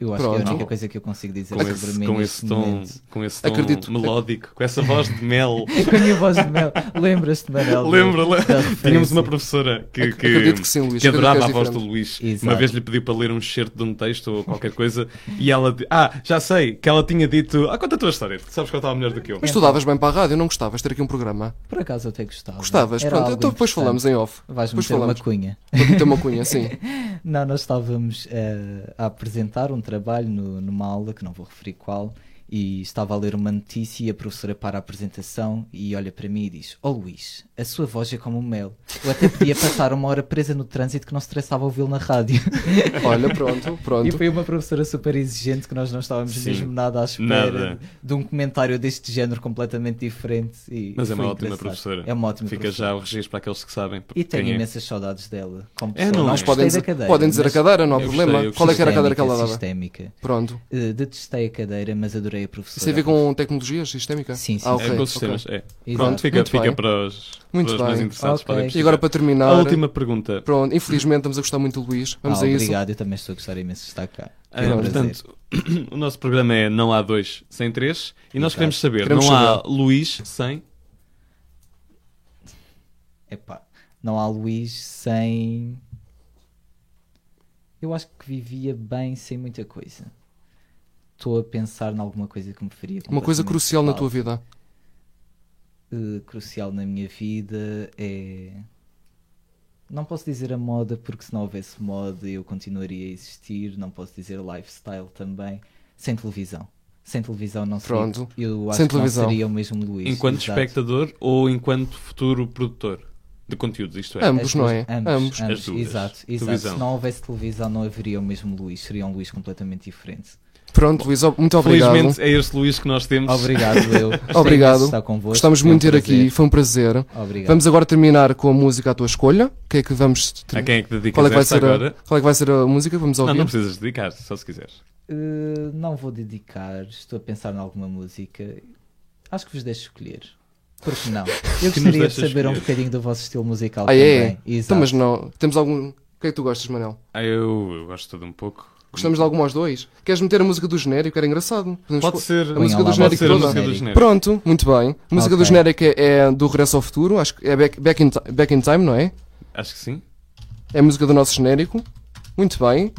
Eu acho que é
Pronto.
a única coisa que eu consigo dizer
Com
sobre
esse,
mim
com
neste
esse tom,
momento. É
com esse tom
Acredito.
melódico, com essa voz de mel.
Com a minha voz de mel. Lembras-te, Manel?
Lembra, lembra.
da referência?
Tínhamos uma professora que,
Ac-
que,
acredito que sim, Luís,
que
acredito
adorava
que
a
és
voz do
diferente.
Luís.
Exato.
Uma vez lhe pediu para ler um excerto de um texto ou qualquer coisa e ela. di- Ah, já sei, que ela tinha dito. Ah, conta a tua história, tu sabes que ela estava melhor do que eu.
é
mas
Então.
tu davas bem para a rádio, não gostavas de ter aqui um programa?
Por acaso eu até gostava.
Gostavas?
Era
Pronto,
algo
então depois
interessante.
falamos em off.
Vais
Depois
meter
falamos.
uma cunha.
Vou meter uma cunha, sim.
Não, nós estávamos eh, a apresentar um trabalho no- numa aula, que não vou referir qual, e estava a ler uma notícia e a professora para a apresentação e olha para mim e diz: Oh Luís, a sua voz é como o mel. Eu até podia passar uma hora presa no trânsito que não se estressava ouvi-lo na rádio.
Olha, pronto,
E
pronto.
foi uma professora super exigente que nós não estávamos
Sim.
mesmo nada à espera
Nada.
de um comentário deste género completamente diferente. E
Mas é uma
foi
ótima
engraçado.
professora.
É uma ótima
Fica
professora.
já o registro para aqueles que sabem.
E tenho
quem é.
imensas saudades dela. Como
É,
pessoa.
não
não
é?
gostei
Podem dizer,
da cadeira.
podem dizer a
mas
cadeira, não há
Eu gostei,
problema.
eu
Qual é que era a cadeira que ela
sistémica,
dava?
sistémica.
Pronto.
Eh, detestei a cadeira, mas adorei é a professora. Ah,
Isso tem a ver com tecnologia sistémica?
Sim, sim,
Ah,
sim.
ok,
É com
ok.
os sistemas. É.
Exato.
Pronto, fica,
Muito
fica
bem.
para os,
Muito
para os mais
bem.
interessados.
Ok.
podem
E agora
pesquisar.
para terminar,
A última pergunta.
pronto, infelizmente estamos a gostar muito do Luís.
Ah,
Vamos a isso. é,
obrigado, eu também estou a gostar imenso de estar cá.
Ah,
Foi um prazer.
portanto, o nosso programa é Não Há Dois Sem Três e nós
Exato.
queremos saber,
Queremos
não há Luís sem...
Epá, não há Luís sem. Eu acho que vivia bem sem muita coisa. Estou a pensar em alguma coisa que me faria.
Uma coisa
completamente
crucial na
mal.
tua vida.
eh, crucial na minha vida é. Não posso dizer a moda, porque se não houvesse moda eu continuaria a existir. Não posso dizer lifestyle também. Sem televisão. Sem televisão não seria.
Pronto.
Eu acho
Sem
que
televisão.
não seria o mesmo Luís.
enquanto
exato.
espectador ou enquanto futuro produtor de conteúdos, isto é.
Ambos,
As
não
duas-
é?
Ambos.
Ambos.
ambos,
As duas.
Exato. exato.
Televisão.
Se não houvesse televisão não haveria o mesmo Luís. Seria um Luís completamente diferente.
Pronto, Luís, ob- muito obrigado.
Felizmente é este Luís que nós temos.
Obrigado, eu. Gostei
Obrigado.
imenso de Estar convosco.
Gostamos
Foi um
muito de ter aqui,
prazer.
foi um prazer.
Obrigado.
Vamos agora terminar com a música à tua escolha. O que é que vamos. ter-
A quem é que dedicas
Qual é que vai
esta
ser a...
agora?
Qual é que vai ser a música que vamos
Não,
ouvir?
não precisas dedicar, só se quiseres.
Uh, não vou dedicar, estou a pensar em alguma música. Acho que vos deixo escolher. Porque não? Eu
Que
gostaria
nos
de
deixas
saber um
escolher.
bocadinho do vosso estilo musical
Ah, é?
também. Exato.
Então, mas não. Temos algum. O que é que tu gostas, Manel?
Ah, eu, eu gosto de tudo um pouco.
Gostamos de alguma aos dois? Queres meter a música do genérico? Era engraçado. Podemos
Pode
pôr-
ser
a música
Põe
do
lá,
genérico
pode ser a
toda.
música do
Genérico.
genérico.
Pronto, muito bem. A música do
Ok.
genérico é, é do Regresso ao Futuro, acho que é Back, Back in, Ti- Back in Time, não é?
Acho que sim.
É a música do nosso genérico. Muito bem.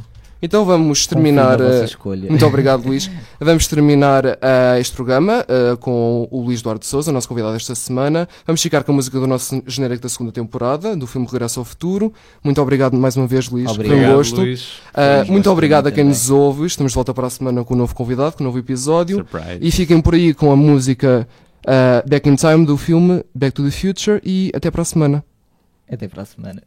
Então vamos
Confio na
terminar.
vossa
eh,
escolha.
Muito obrigado, Luís. Vamos terminar ah, este programa ah, com o Luís Duarte Souza, nosso convidado esta semana. Vamos ficar com a música do nosso genérico da segunda temporada, do filme Regresso ao Futuro. Muito obrigado mais uma vez, Luís. Foi um
Obrigado,
gosto.
Luís.
Ah,
Foi um
muito
gosto
obrigado a
para mim
quem
também.
nos ouve. Estamos de volta para a semana com um novo convidado, com um novo episódio.
Surprise.
E fiquem por aí com a música ah, Back in Time do filme Back to the Future. E até para a semana.
Até para a semana.